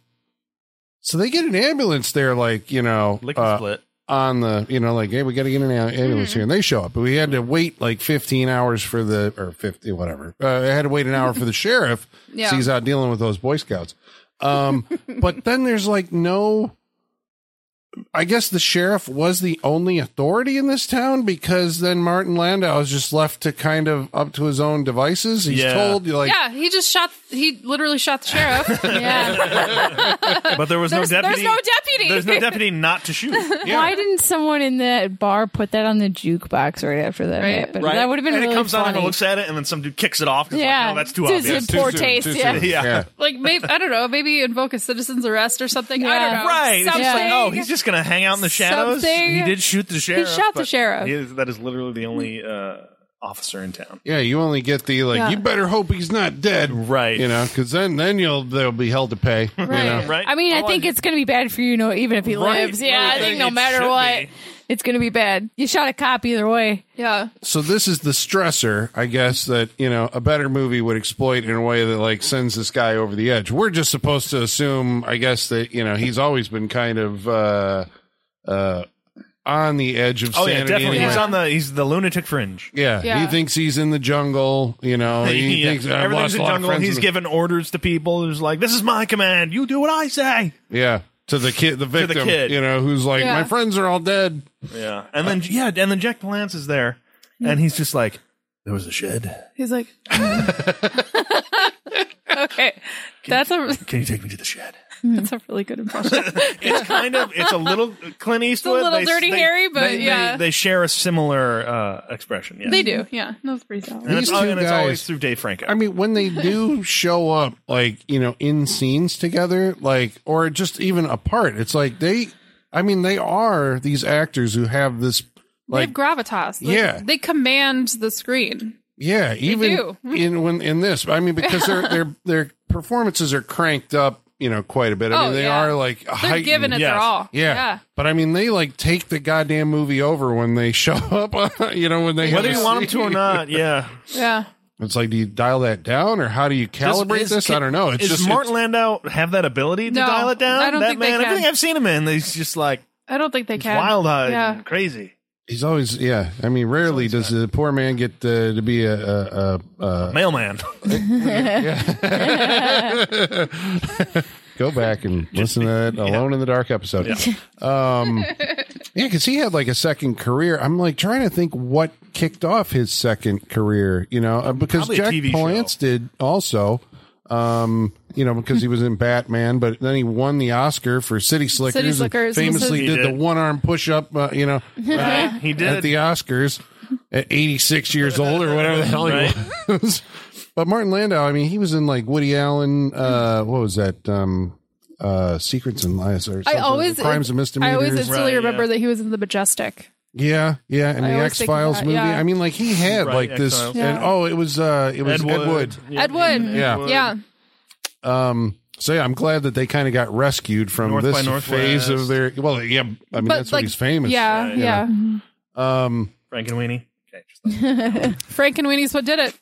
so they get an ambulance there, like you know,
Lick
uh,
split.
on the you know, like hey, we got to get an am- ambulance here, and
Mm-hmm.
they show up. But we had to wait like fifteen hours for the or fifty whatever. Uh, I had to wait an hour
[LAUGHS]
for the sheriff.
Yeah.
so he's out dealing with those Boy Scouts.
[LAUGHS]
Um, but then there's like no. I guess the sheriff was the only authority in this town because then Martin Landau is just left to kind of up to his own devices. He's
Yeah.
told like
yeah, he just shot. He literally shot
[LAUGHS]
the sheriff.
Yeah.
But there was no
there's, there's
deputy.
no deputy.
There's no deputy not to
[LAUGHS]
shoot.
Why didn't someone in that bar put that on the jukebox right after that?
Right.
happened?
Right?
That would have been
And
really
it comes
funny.
on and looks at it, and then some dude kicks it off. 'cause it's
yeah,
like, no, that's too
It's-
obvious.
It's poor
soon,
taste.
too
yeah.
soon.
Yeah.
like maybe I don't know. Maybe invoke a citizen's arrest or something. I
Yeah.
don't know.
Right. It's just like,
Something.
oh, he's just going to hang out in the shadows.
Something.
He did shoot the sheriff.
shot the
but
sheriff.
he is- that is literally the only uh, officer in town.
Yeah, you only get the like.
Yeah.
You better hope he's not dead,
Right.
You know, because then then you'll they'll be held to pay. you know?
Right?
I mean, I
Well,
think it's going to be bad for you, no, even if he
Right.
lives. Yeah, I
Right.
think no
It
matter
should
what,
be.
it's going to be bad. You shot a cop either way.
Yeah.
So this is the stressor, I guess that you know a better movie would exploit in a way that like sends this guy over the edge. We're just supposed to assume, I guess that you know he's always been kind of uh uh on the edge of
Oh yeah,
sanity.
definitely.
anyway.
He's on the he's the lunatic fringe.
yeah,
Yeah.
he thinks he's in the jungle. You know, he
[LAUGHS] Yeah.
thinks I've lost a
Everything's in
lot of
jungle.
friends
He's
in the-
giving orders to people. He's like, "This is my command. You do what I say."
yeah to the kid, the
the
victim.
kid.
You know, who's like,
Yeah.
my friends are all dead.
Yeah, and then yeah, and then Jack Palance is there, and he's just like, "There was a shed. [LAUGHS]
He's
[LAUGHS]
like. okay, that's a
Can you take me to the
[LAUGHS]
shed?"
that's a really good impression.
It's kind of it's a little Clint Eastwood,
little
They-
Dirty
they-
Harry, but
they- they-
yeah.
they, share a similar uh, expression. Yeah,
they do, yeah. No, it's pretty solid.
And,
These
it's, al-
two
and it's always
guys-
through Dave Franco.
I mean, when they
[LAUGHS]
do show up, like you know, in scenes together, like or just even apart, it's like they. I mean, they are these actors who have this,
they
like,
have gravitas. They,
Yeah.
they command the screen.
yeah, even
do. [LAUGHS]
in when in this. I mean, because their their their performances are cranked up, you know, quite a bit. I
Oh,
mean, they
yeah.
are like
They're
heightened.
giving it their
yes.
all.
Yeah. but I mean, they like take the goddamn movie over when they [LAUGHS] show up. you know, when they
Whether
have
you
a
want him to
scene.
or
[LAUGHS]
not, yeah.
yeah, yeah.
It's like, do you dial that down or how do you calibrate
Does- is-
this? I
can-
don't know. It's
Is
just
Martin Landau have that ability to
No,
dial it down?
I don't
that
think they
man,
can.
everything I've seen him in, he's just like
I don't think they can.
wild eyed,
Yeah.
and crazy.
He's always, yeah. I mean, rarely does the poor man get uh, to be a, a, a, a
Mailman.
[LAUGHS]
[LAUGHS]
go back and listen to that Alone in the Dark episode. Yeah, um, yeah, because he had like a second career. I'm like trying to think what kicked off his second career. You know, uh, because
Probably a
Jack
TV show.
Palance did also. Um, you know, because he was in Batman, but then he won the Oscar for City Slickers. and
Slickers.
famously
He
did, the
did.
one arm push up. Uh, you know,
he
at
did.
the Oscars at 86 years old or whatever the hell he
Right.
was. [LAUGHS] but Martin Landau, I mean, he was in like Woody Allen. Uh, what was that? Um, uh, Secrets and Lies or something.
I
crimes
always
and
I always
misdemeanors.
instantly
Right,
remember
yeah.
that he was in the Majestic.
yeah, yeah, and the
always
X
think of
Files
that,
movie.
yeah.
I mean, like he had
Right,
like this.
X-Files.
And oh, it was uh, it was Ed Wood.
Yeah.
Ed Wood.
Yeah.
Yeah.
Um, so yeah, I'm glad that they kind of got rescued from
North by
this
Northwest.
phase of their. Well, yeah, I mean that's what he's famous.
Yeah,
Right.
yeah.
Um,
Frank and Weenie. Okay, just
Frank and Weenie's what did
[LAUGHS]
it.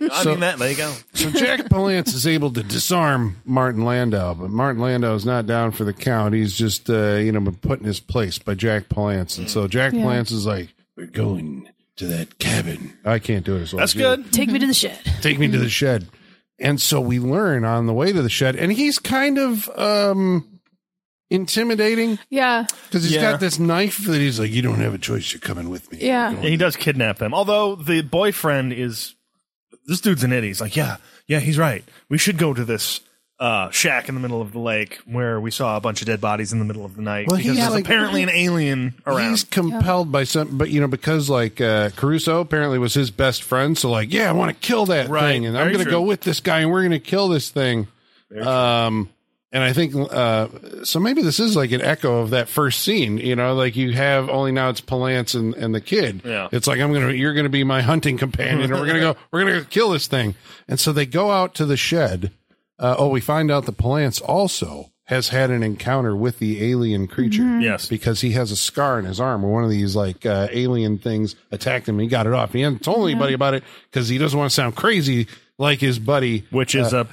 like- I
So-
mean that. There you go.
So Jack Palance is able to disarm Martin Landau, but Martin Landau is not down for the count. He's just, uh, you know, been put in his place by Jack Palance, and so Jack Palance is like, "We're going to that cabin." I can't do it. as well
That's
as you.
good.
Take me to the shed.
Take me to the shed, and so we learn on the way to the shed, and he's kind of um intimidating
Yeah.
because he's
Yeah.
got this knife that he's like, "You don't have a choice. You're coming with me."
Yeah.
Yeah, he does kidnap them. Although the boyfriend is this dude's an idiot. He's like, yeah, yeah, he's right. We should go to this uh, shack in the middle of the lake where we saw a bunch of dead bodies in the middle of the night
Well,
because
he's
there's
like-
apparently an alien
[LAUGHS]
around.
He's compelled by some, but you know, because like uh, Caruso apparently was his best friend, so like, yeah, I want to kill that
Right.
thing, and I'm
Very
going to
true.
go with this guy, and we're going to kill this thing. Um, and I think uh, so. Maybe this is like an echo of that first scene. You know, like you have only now it's Palance and, and the kid.
Yeah.
it's like I'm gonna, you're gonna be my hunting companion, and we're gonna go, we're gonna go kill this thing. And so they go out to the shed. Uh, oh, we find out that Palance also has had an encounter with the alien creature
yes.
because he has a scar in his arm where one of these like uh, alien things attacked him. And he got it off. He hasn't told anybody about it because he doesn't want to sound crazy like his buddy.
Which is a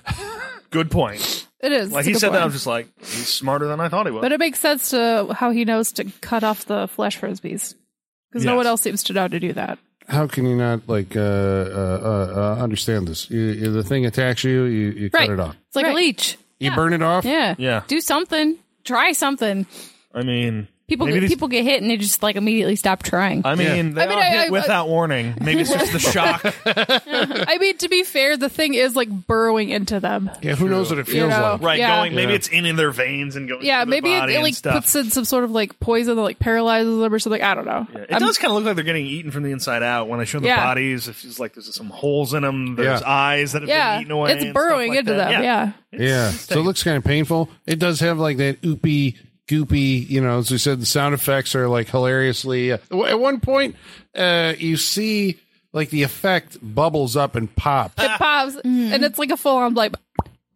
good point.
It is.
Like
It's a
he
good
said that,
point.
I'm just like, he's smarter than I thought he was.
But it makes sense to how he knows to cut off the flesh frisbees because no
Yes.
one else seems to know to do that.
How can you not like uh, uh, uh, uh, understand this? You, you- the thing attacks you, you, you
Right.
cut it off.
It's like
Right.
a leech.
You burn it off.
Yeah.
Yeah.
Do something. Try something.
uh,
I mean,
People
maybe
get,
these-
people get hit and they just like immediately stop trying.
I mean, they
I mean,
are
I-
hit
I-
without warning. Maybe it's
[LAUGHS]
just the shock.
I mean, to be fair, the thing is like burrowing into them.
Yeah, who knows what it feels
know.
like?
right,
Yeah.
going. Maybe
Yeah.
it's in, in their veins and going.
Yeah,
through
maybe
their
it,
body
it
and
like
stuff.
puts in some sort of like poison that like paralyzes them or something. I don't know.
It does kind of look like they're getting eaten from the inside out. When they show the
Yeah.
bodies, it feels like there's some holes in them. There's
Yeah.
eyes that have
Yeah,
been eaten away.
it's
and stuff
burrowing
like
into
that.
them. Yeah.
Yeah.
It's
So it looks kind of painful. It does have like that oopy, goopy, you know, as we said, the sound effects are like hilariously. At one point, uh, you see like the effect bubbles up and pop.
It pops and it's like a full on like.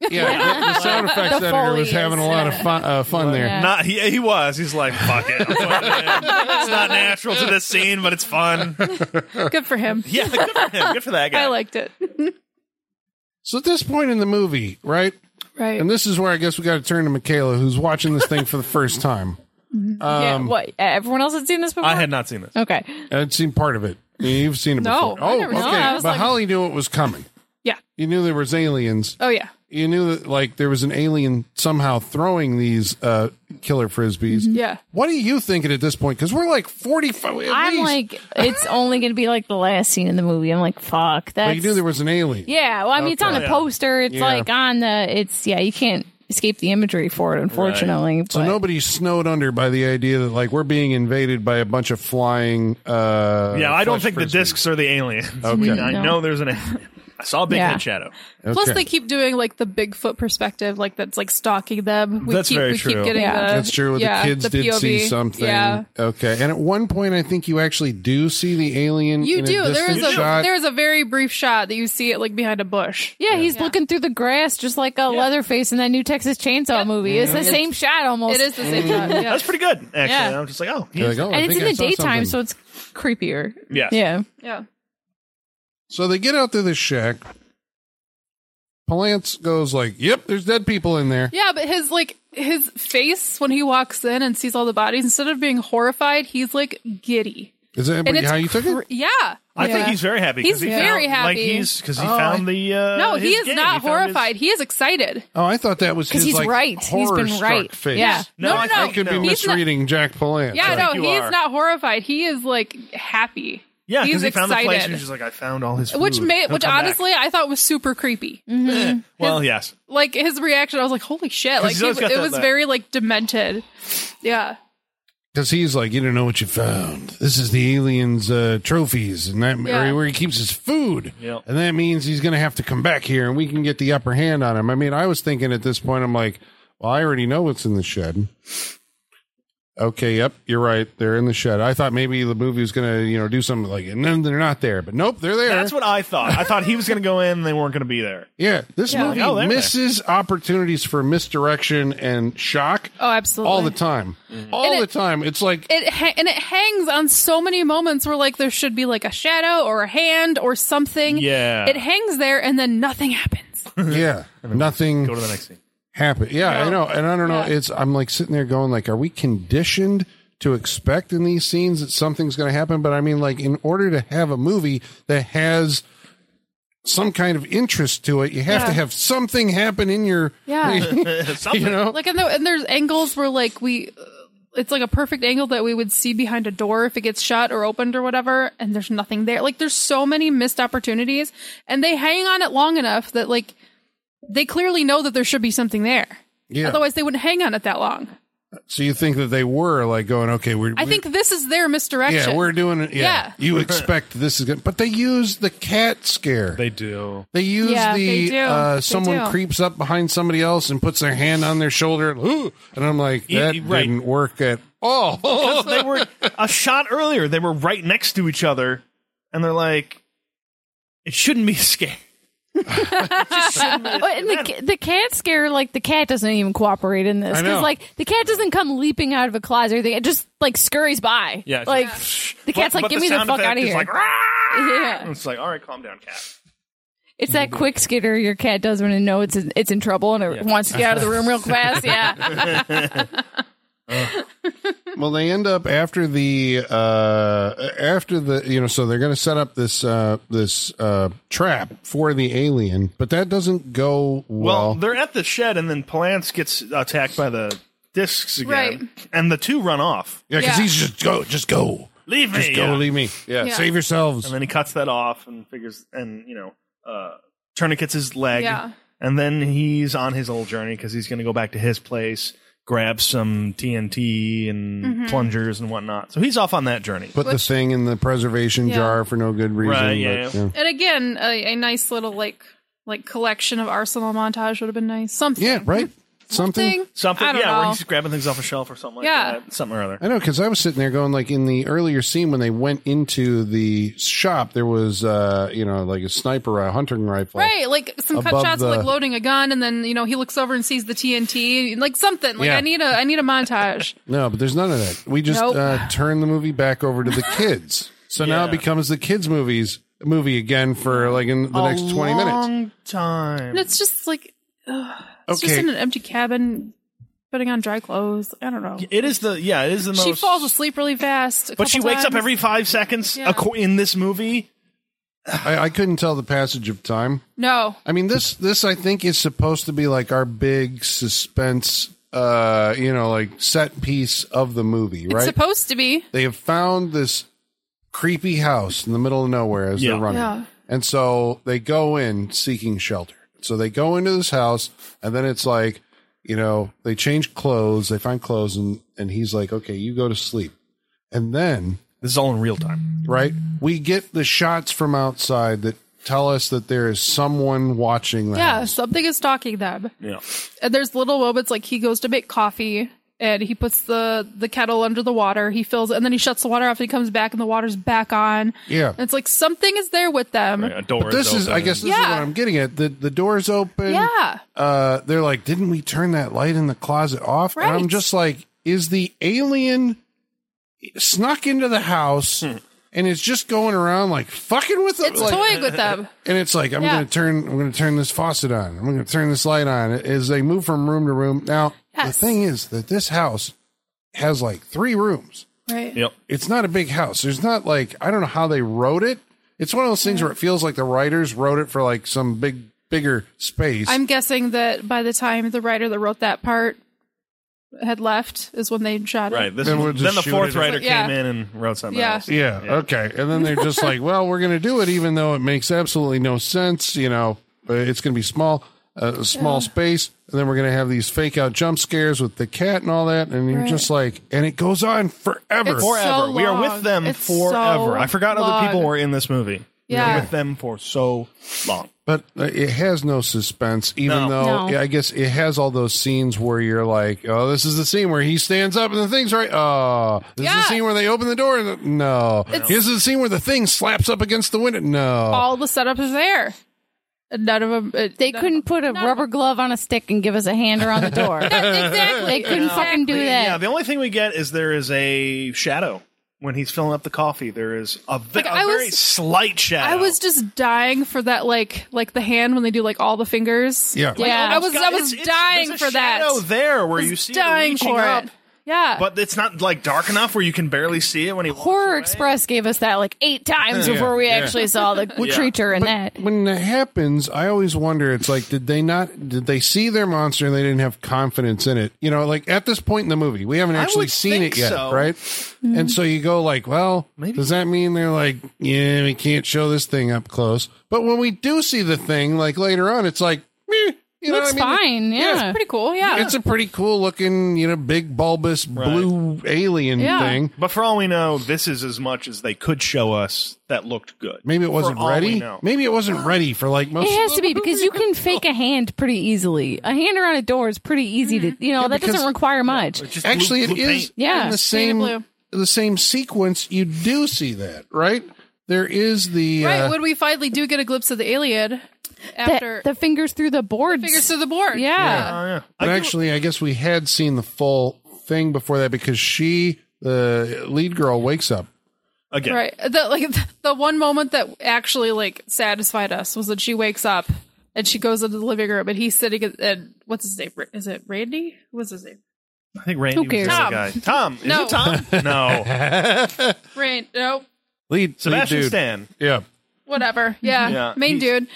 Yeah.
[LAUGHS]
the, the sound effects
The
editor was
Foley
having a
is-
lot of fun, uh, fun there.
Yeah.
Not he, he was. He's like, fuck it. I'm putting it in. It's not natural to this scene, but it's
[LAUGHS]
fun.
Good for him.
[LAUGHS] Yeah, good for him. Good for that guy.
I liked it.
So at this point in the movie, right?
Right.
And this is where I guess we got to turn to Michaela, who's watching this thing for the first time.
yeah.
um,
What? Everyone else had seen this before?
I had not seen this.
Okay.
I'd seen part of it. You've seen it
No,
before.
I
Oh,
never
okay.
saw it. I
But
was like-
Holly knew it was coming.
yeah.
You knew there was aliens.
Oh yeah.
you knew that like there was an alien somehow throwing these uh killer frisbees.
Mm-hmm. Yeah.
What are you thinking at this point? Because we're like forty five.
I'm like, it's only going to be like the last scene in the movie. I'm like, fuck. That's.
you knew there was an alien.
yeah. Well, I mean, it's on the
Okay.
poster. It's
Yeah.
like on the. It's, yeah, you can't escape the imagery for it, unfortunately. But,
So nobody's snowed under by the idea that like we're being invaded by a bunch of flying. uh
Yeah, I don't
flesh
think the
frisbees.
discs are the
[LAUGHS]
aliens. I mean, I know there's an alien. I saw a big
Yeah.
head shadow.
Plus,
Okay.
they keep doing like the Bigfoot perspective, like that's like stalking them. We
That's
keep,
very
we
true.
Keep getting
Yeah.
the,
That's true.
yeah,
the kids
the
did
POV.
see something.
Yeah.
Okay. And at one point, I think you actually do see the alien.
You
in
do.
A
There is
distant
a
shot.
there is a very brief shot that you see it like behind a bush.
yeah, he's looking through the grass just like a Leatherface in that new Texas Chainsaw movie. It's the same shot almost.
It is the same shot. Mm-hmm. Yeah.
That's pretty good, actually.
Yeah.
I'm just like, oh,
You're
he's
like, Mm. oh, I
and it's
think
in
I
the
saw something.
daytime, so it's creepier.
Yes.
Yeah.
yeah.
So they get out to the shack. Palance goes like, "Yep, there's dead people in there."
Yeah, but his like his face when he walks in and sees all the bodies, instead of being horrified, he's like giddy.
Is that
And it's
how you took
cr-
it?
Yeah.
I think
Yeah.
he's very happy. 'cause
He's
he
very
found, Like
happy.
he's because
Oh,
he found the. Uh,
No, he
his
is
game.
not
He found his-
horrified. He is excited.
Oh, I thought that was because
Because he's
like,
right. He's been
horror-struck
right.
Face.
Yeah.
No,
I
no, no.
I could be
He's
misreading Jack Palance.
Yeah,
Like,
no,
you
he's
are.
not horrified. He is like happy.
Yeah, because
he's
he
excited.
found the place and he's just like, I found all his. Food.
which may,
He'll
which
come back.
honestly, I thought was super creepy.
well, yes,
Like his reaction, I was like, "Holy shit!" Like
he's
he,
always got
it
that-
was
that-
very like demented. Yeah,
Because he's like, you don't know what you found. This is the alien's uh, trophies, and that
Yeah.
or where he keeps his food,
Yep.
and that means he's going to have to come back here, and we can get the upper hand on him. I mean, I was thinking at this point, I'm like, well, I already know what's in the shed. Okay, yep, you're right. They're in the shed. I thought maybe the movie was going to, you know, do something like, and then they're not there, but nope, they're there.
that's what I thought. I thought he was going to go in, and they weren't going to be there.
yeah, this
Yeah.
movie
Oh, they're there.
misses opportunities for misdirection and shock
Oh, absolutely.
all the time, all
Mm-hmm.
And
the
it-
time. It's like
[LAUGHS] it ha- and it hangs on so many moments where like there should be like a shadow or a hand or something.
Yeah.
it hangs there and then nothing happens.
yeah, nothing.
Go to the next scene.
happen. Yeah, I know, and I don't know.
Yeah.
It's I'm like sitting there going, like, are we conditioned to expect in these scenes that something's going to happen? But I mean, like, in order to have a movie that has some kind of interest to it, you have to have something happen in your,
[LAUGHS] Yeah,
[LAUGHS] you know,
like and, the, and there's angles where like we. uh, It's like a perfect angle that we would see behind a door if it gets shut or opened or whatever, and there's nothing there. Like there's so many missed opportunities, and they hang on it long enough that like they clearly know that there should be something there.
Yeah.
Otherwise, they wouldn't hang on it that long.
so you think that they were like going, okay, we're.
I
we're-
think this is their misdirection.
Yeah, we're doing it. Yeah.
Yeah.
You expect this is good. But they use the cat scare. They,
They do.
use
Yeah,
the
they do.
uh,
They
someone
do.
creeps up behind somebody else and puts their hand on their shoulder. Ooh, and I'm like,
Yeah,
that
right.
didn't work at all. [LAUGHS]
they were a shot earlier. They were right next to each other, and they're like, "It shouldn't be a scare."
But and the, ca- the cat scare, like the cat doesn't even cooperate in this
I know.
because like the cat doesn't come leaping out of a closet. or anything. It just like scurries by.
Yeah, it's
like the
But-
cat's like,
but
"Give me the
sound
fuck
effect
out of
is
here!"
Like, "Rah!"
[LAUGHS] yeah,
And it's like, all right, calm down, cat.
it's that quick skitter your cat does when it knows it's in, it's in trouble and it wants to get out of the room real fast. Yeah,
Well, they end up after the uh, after the you know, so they're going to set up this uh, this uh, trap for the alien, but that doesn't go
Well,
well.
they're at the shed, and then Palance gets attacked by the discs again, and the two run off.
yeah, because
yeah.
he's just go, just go,
Leave
just
me.
go,
Yeah.
leave me. Yeah,
Yeah.
save yourselves.
And then he cuts that off and figures, and you know, uh, tourniquets his leg.
Yeah.
And then he's on his little journey because he's going to go back to his place, grab some TNT and
Mm-hmm.
plungers and whatnot. So he's off on that journey.
Put the thing in the preservation
Yeah.
jar for no good reason.
Right, yeah,
but,
yeah.
And again, a, a nice little like like collection of arsenal montage would have been nice. Something.
Yeah, right. Something.
Something.
Something,
I
yeah,
don't
where
know.
he's grabbing things off a shelf or something like
Yeah.
that, something or other.
I know because I was sitting there going like in the earlier scene when they went into the shop, there was uh you know like a sniper, a hunting rifle,
Right, like some cut
Above
shots, of
the-
like loading a gun, and then you know he looks over and sees the TNT, like something. Like
Yeah.
I need a, I need
[LAUGHS]
a montage.
No, but there's none of that. We just
Nope.
uh, turn the movie back over to the kids. So now it
Yeah.
becomes the kids' movies movie again for like in the next twenty minutes.
Long time.
and it's just like it's just
Okay.
in an empty cabin, putting on dry clothes. I don't know.
It is the yeah. It is the most.
She falls asleep really fast, a
but she
couple
wakes up
times.
every five seconds
Yeah.
aco- in this movie.
I, I couldn't tell the passage of time.
no.
I mean this this I think is supposed to be like our big suspense, uh, you know, like set piece of the movie,
It's
right?
supposed to be.
they have found this creepy house in the middle of nowhere as
Yeah.
they're running.
Yeah.
And so they go in seeking shelter. So they go into this house and then it's like, you know, they change clothes, they find clothes and and he's like, "Okay, you go to sleep." And then,
This is all in real time.
right? We get the shots from outside that tell us that there is someone watching the
Yeah,
house.
something is stalking them.
Yeah.
And there's little moments like he goes to make coffee and he puts the the kettle under the water. He fills it and then he shuts the water off and he comes back and the water's back on.
Yeah.
And it's like something is there with them.
A door
But this is I guess this is
Yeah.
what I'm getting at. The the doors open.
Yeah.
uh, they're like, didn't we turn that light in the closet off? And I'm
Right.
just like, is the alien snuck into the house and is just going around like fucking with them?
It's
Like-
toying
[LAUGHS]
with them.
and it's like, I'm
Yeah.
gonna turn, I'm gonna turn this faucet on. I'm gonna turn this light on as they move from room to room. Now, the
Yes.
thing is that this house has like three rooms.
Right.
Yep.
It's not a big house. There's not like I don't know how they wrote it. It's one of those things where it feels like the writers wrote it for like some big, bigger space.
I'm guessing that by the time the writer that wrote that part had left is when they shot it.
Right. This
Then
then,
we'll
is,
just
then the
shoot
fourth
it.
writer
Yeah.
came in and wrote something
Yeah.
else.
Yeah, okay. And then they're just like, well, we're going to do it, even though it makes absolutely no sense. You know, uh, it's going to be small, uh, a small space. And then we're going to have these fake out jump scares with the cat and all that. And you're
Right.
just like, and it goes on forever.
It's
Forever.
So
we are
long.
with them
It's
forever.
so
I forgot other people
long.
were in this movie. We
Yeah.
were with them for so long.
but uh, it has no suspense, even
No.
though
No.
yeah, I guess it has all those scenes where you're like, oh, this is the scene where he stands up and the thing's right. Oh, this
Yeah.
is the scene where they open the door. And the, no. this is the scene where the thing slaps up against the window. No.
All the setup is there. And none of uh, them. It,
[LAUGHS]
they
none-
couldn't put a rubber glove on a stick and give us a hand around the door.
Exactly.
they couldn't fucking do that.
Yeah, the only thing we get is there is a shadow when he's filling up the coffee. There is a, ve-
Like,
a
I was-
very slight shadow.
I was just dying for that, like like the hand when they do like all the fingers.
Yeah.
Like,
Yeah.
I was I
God, it's-
was
it's-
dying
there's a
for that.
Shadow there where
was
you see
dying
it reaching
for
up,
it. Yeah,
but it's not like dark enough where you can barely see it when he. walks
Horror
away.
Express gave us that like eight times
Yeah,
before we
yeah.
actually saw the creature in that.
when it happens, I always wonder. It's like, did they not? Did they see their monster and they didn't have confidence in it? You know, like at this point in the movie, we haven't
I
actually
would
seen
think
it yet,
so.
right? And so you go like, well, does that mean they're like, yeah, we can't show this thing up close? But when we do see the thing, like later on, it's like, meh, You know
Looks
what I mean?
fine. Yeah.
It's pretty cool. Yeah.
It's a pretty cool looking, you know, big bulbous blue alien
Yeah.
thing.
But for all we know, this is as much as they could show us that looked good.
Maybe it wasn't
For all we
ready.
know.
Maybe it wasn't ready for like most.
It has
of
to
the
be because you can fake a hand pretty easily. A hand around a door is pretty easy to, you know, that
because-
doesn't require much.
Just blue-
Actually, it
blue
is
paint.
Yeah,
in the
shaded
same
blue.
the same sequence. You do see that, right? There is the
Right.
uh,
When we finally do get a glimpse of the alien
The-
after
the fingers through the boards.
fingers to the board.
yeah.
Oh, yeah.
But
I do-
actually, I guess we had seen the full thing before that because she, the lead girl, wakes up.
again,
Right. The like the, the one moment that actually like satisfied us was that she wakes up and she goes into the living room and he's sitting in, and what's his name? Ra- Is it Randy? What's his name?
I think Randy
Who
was the
cares?
other guy. Tom, is
No.
it
[LAUGHS]
Tom? No,
Rand. No.
Lead
Sebastian
lead dude.
[LAUGHS]
Stan.
Yeah,
Whatever. Yeah.
Yeah.
Main
He's-
dude.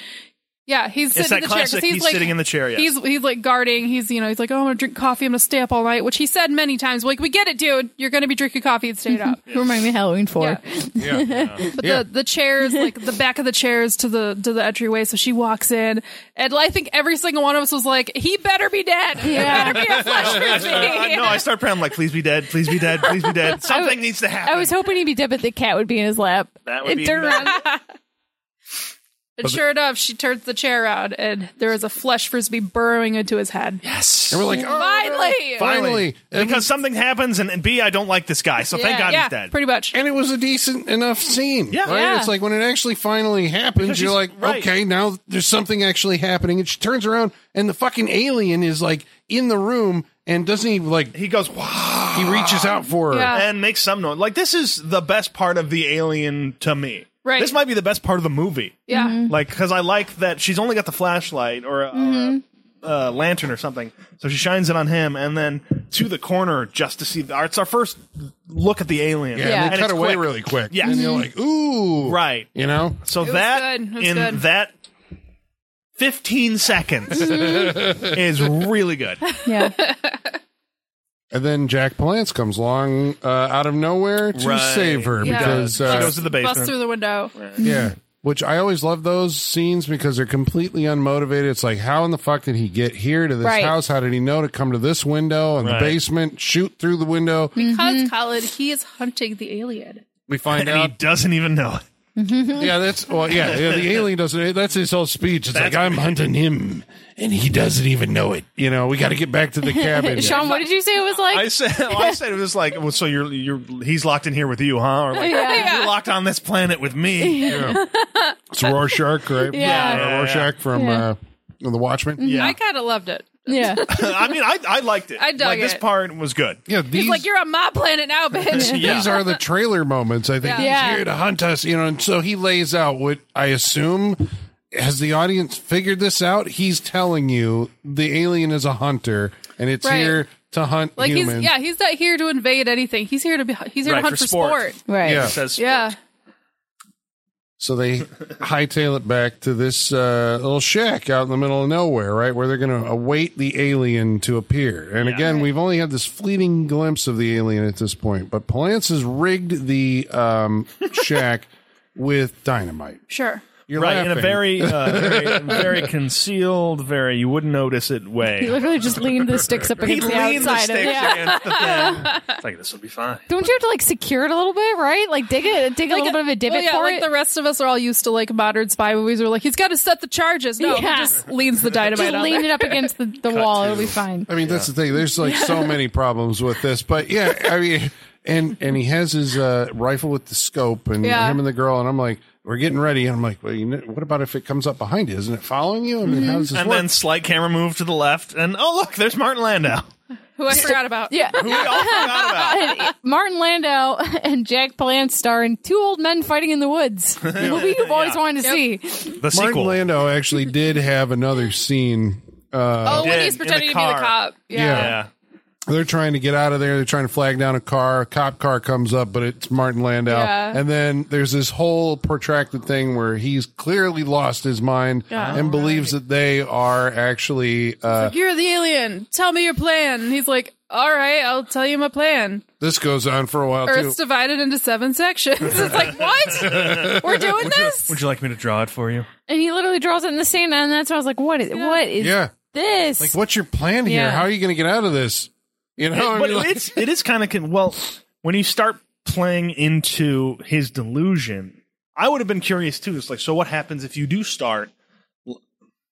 Yeah, he's
It's
sitting
that
in the chair 'cause
classic.
he's,
He's
like
sitting in the chair. Yeah.
He's he's like guarding. He's you know he's like oh I'm gonna drink coffee. I'm gonna stay up all night, which he said many times. Like we get it, dude. You're gonna be drinking coffee and
[LAUGHS]
staying up.
Who remind me of Halloween 4.
Yeah.
yeah.
But
Yeah.
the
[LAUGHS]
the chairs, like the back of the chairs to the to the entryway. So she walks in, and I think every single one of us was like, "He better be dead. He
Yeah. [LAUGHS]
better be
[LAUGHS]
a flesh for
Uh,
me."
no, I start praying. I'm like, please be dead. Please be dead. Please be
[LAUGHS]
dead. Something needs to happen.
I was hoping he'd be dead, but the cat would be in his lap.
That would
And
be
turn around.
and sure enough, she turns the chair around, and there is a flesh frisbee burrowing into his head.
[LAUGHS] yes.
And we're like, oh,
Finally,
finally, and,
because something happens, and, and B, I don't like this guy, so thank God
yeah,
he's dead.
pretty much.
and it was a decent enough scene.
Yeah.
right?
Yeah.
It's like when it actually finally happens,
Because
you're
she's-
like,
right.
okay, now there's something actually happening. And she turns around, and the fucking alien is like in the room, and doesn't he like
he goes, wow,
he reaches out for her.
Yeah.
and makes some noise. Like this is the best part of the alien to me.
Right.
This might be the best part of the movie.
yeah,
Like, because I like that she's only got the flashlight or a,
Mm-hmm.
or a, uh, lantern or something, so she shines it on him, and then to the corner just to see. The, it's our first look at the alien.
Yeah, and they
And
cut
it's
away
quick.
really quick.
Yes.
and you're like, ooh,
Right.
You know,
So
was
that
good. It was
in
good.
that 15 seconds
Mm-hmm.
is really
[LAUGHS]
good.
Yeah.
And then Jack Palance comes along uh, out of nowhere to
Right.
save her
Yeah.
because
She
uh,
goes "Mm." to the
bust
basement.
through the window.
yeah, which I always love those scenes because they're completely unmotivated. It's like how in the fuck did he get here to this
Right.
house? How did he know to come to this window and
Right.
the basement? Shoot through the window.
Because
Mm-hmm.
Colin, he is hunting the alien.
We find
and he
out.
doesn't even
[LAUGHS]
know it.
yeah, that's well. Yeah, yeah, the alien doesn't. That's his whole speech. It's like I'm hunting him, and he doesn't even know it. You know, we got to get back to the cabin.
Sean, what did you say it was like?
I said, well, I said it was like, well, so you're you're he's locked in here with you, huh? Or like,
Yeah.
you're locked on this planet with
[LAUGHS]
me.
It's Rorschach, right? [LAUGHS]
Yeah.
Yeah, yeah,
Rorschach from
Yeah.
uh, The Watchmen.
I kind of loved it.
yeah.
[LAUGHS] I mean, I I liked it.
I dug
like, This
it.
part was good.
Yeah,
He's
these,
like, "You're on my planet now, bitch."
Yeah. [LAUGHS]
these are
[LAUGHS]
the trailer moments. I think
Yeah.
Yeah.
he's here to hunt us, you know. And so he lays out what I assume has the audience figured this out. He's telling you the alien is a hunter, and it's
Right.
here to hunt
Like
humans.
he's yeah, he's not here to invade anything. He's here to be. He's here
Right,
to hunt
for
for
sport.
sport.
Right.
Yeah.
It says,
Yeah,
So
[LAUGHS]
they hightail it back to this uh, little shack out in the middle of nowhere, right, where they're going to await the alien to appear. And again, we've only had this fleeting glimpse of the alien at this point, but Palance has rigged the
[LAUGHS]
um, shack with dynamite.
sure.
You're
right in a
laughing.
very, uh,
[LAUGHS]
very very concealed, very you wouldn't notice it
[LAUGHS] He
way.
literally just leaned the sticks up
He
against the
leaned the
outside of
sticks
it. [LAUGHS] Yeah.
against the thing. It's like this will be fine.
Don't you have to like secure it a little bit, right? Like dig it, dig a little bit of a divot
well, yeah,
for
like
it.
the rest of us are all used to like modern spy movies. We're like, he's got to set the charges. No,
Yeah.
he just leans the dynamite.
Just
on
lean
there.
it up against the, the wall. It'll be fine.
I mean, that's the thing. There's like so many problems with this, but yeah, I mean, and and he has his uh, rifle with the scope, and
Yeah.
him and the girl, and I'm like, we're getting ready, and I'm like, well, you know, what about if it comes up behind you? Isn't it following you? I mean, how does this
Mm-hmm. And
work?
then slight camera move to the left, and oh look, there's Martin Landau.
Who I forgot about.
Yeah.
Who we all forgot about.
[LAUGHS] Martin Landau [LAUGHS] and Jack Palance star in Two Old Men Fighting in
[LAUGHS]
the Woods. The movie you've always wanted
[LAUGHS]
to see.
The
Martin
sequel.
Landau actually did have another scene. Uh,
Oh, when
Dead
he's
in the
pretending to be
car.
the cop. Yeah.
yeah.
They're trying to get out of there. They're trying to flag down a car. A cop car comes up, but it's Martin Landau.
Yeah.
And then there's this whole protracted thing where he's clearly lost his mind
Oh,
and believes that they are actually uh,
You're the alien. Tell me your plan. And he's like, all right, I'll tell you my plan.
This goes on for a while
Earth's
too.
divided into seven sections. [LAUGHS] It's
[LAUGHS]
like, what? We're doing this?
Would you like me to draw it for you?
And he literally draws it in the sand, and that's why I was like, "What is? What is
Yeah.
this?
Like, what's your plan here?
Yeah.
How are you going to get out of this? You know, I
but
mean, like-
it's it is kind of con- well when you start playing into his delusion. I would have been curious too. It's like, so what happens if you do start?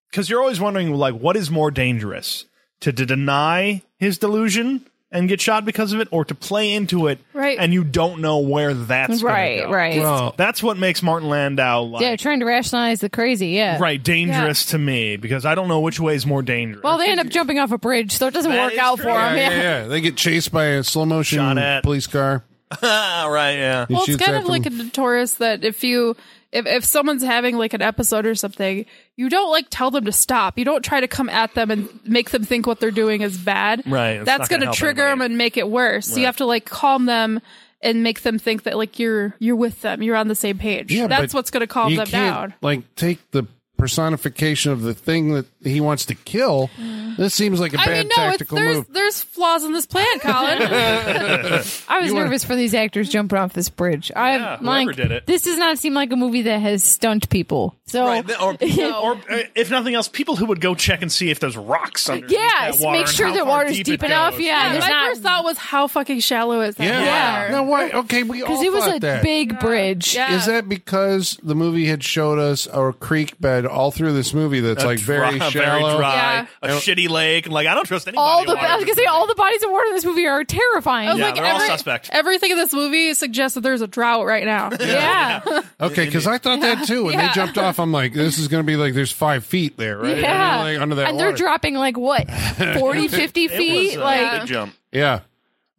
Because you're always wondering, like, what is more dangerous to, to deny his delusion and get shot because of it, or to play into it,
Right.
And you don't know where that's gonna
right,
go. Uh,
right.
well,
That's what makes Martin Landau like
yeah, trying to rationalize the crazy. Yeah.
right dangerous to me because I don't know which way is more dangerous.
Well, they end up jumping off a bridge, so it doesn't
That
work
is
out
true.
for
yeah,
them.
yeah, yeah. They get chased by a slow motion
Shot at.
police car.
[LAUGHS] right, yeah.
He
Well, it's
shoots
kind
at
of like a
them.
Taurus that if you if if someone's having like an episode or something, you don't like tell them to stop. You don't try to come at them and make them think what they're doing is bad.
Right, it's
That's
not gonna
going to
help
trigger
anybody.
them and make it worse. So you have to like calm them and make them think that like you're you're with them. You're on the same page.
Yeah,
That's
but
what's going to calm
you
them
can't,
down.
Like, take the personification of the thing that he wants to kill. This seems like a
Mm. I
bad
mean, no, it's,
tactical
there's
move.
there's flaws in this plan,
[LAUGHS]
Colin.
I was nervous for these actors jumping off this bridge. I
Yeah, whoever
like
did it.
this does not seem like a movie that has stunt people. So
Right, th- or, or uh, if nothing else, people who would go check and see if there's rocks underneath
yeah,
that
so
water
make
and
sure
how
the
far
water's deep,
it
enough.
goes.
Yeah,
My
there's not
first thought was how fucking shallow is that?
yeah.
Yeah.
No, why? Okay, we all
because it was
thought
a
that.
big bridge.
Yeah.
Is that because the movie had showed us a creek bed all through this movie that's like very
Dry-
shallow?
[LAUGHS] very dry,
Yeah.
a shitty lake. and, Like I don't trust anybody.
All the
who
I was gonna say all the bodies of water in this movie are terrifying.
I was
Yeah,
like,
they're all
every-
suspect.
Everything in this movie suggests that there's a drought right now.
yeah.
Okay, because I thought that too. When they
Yeah.
jumped off, I'm like, this is going to be like there's five feet there, right?
Yeah.
And they're, like, under that
and
water.
they're dropping
[LAUGHS]
like what 40 50
It
feet
was, uh,
like
big jump.
Yeah.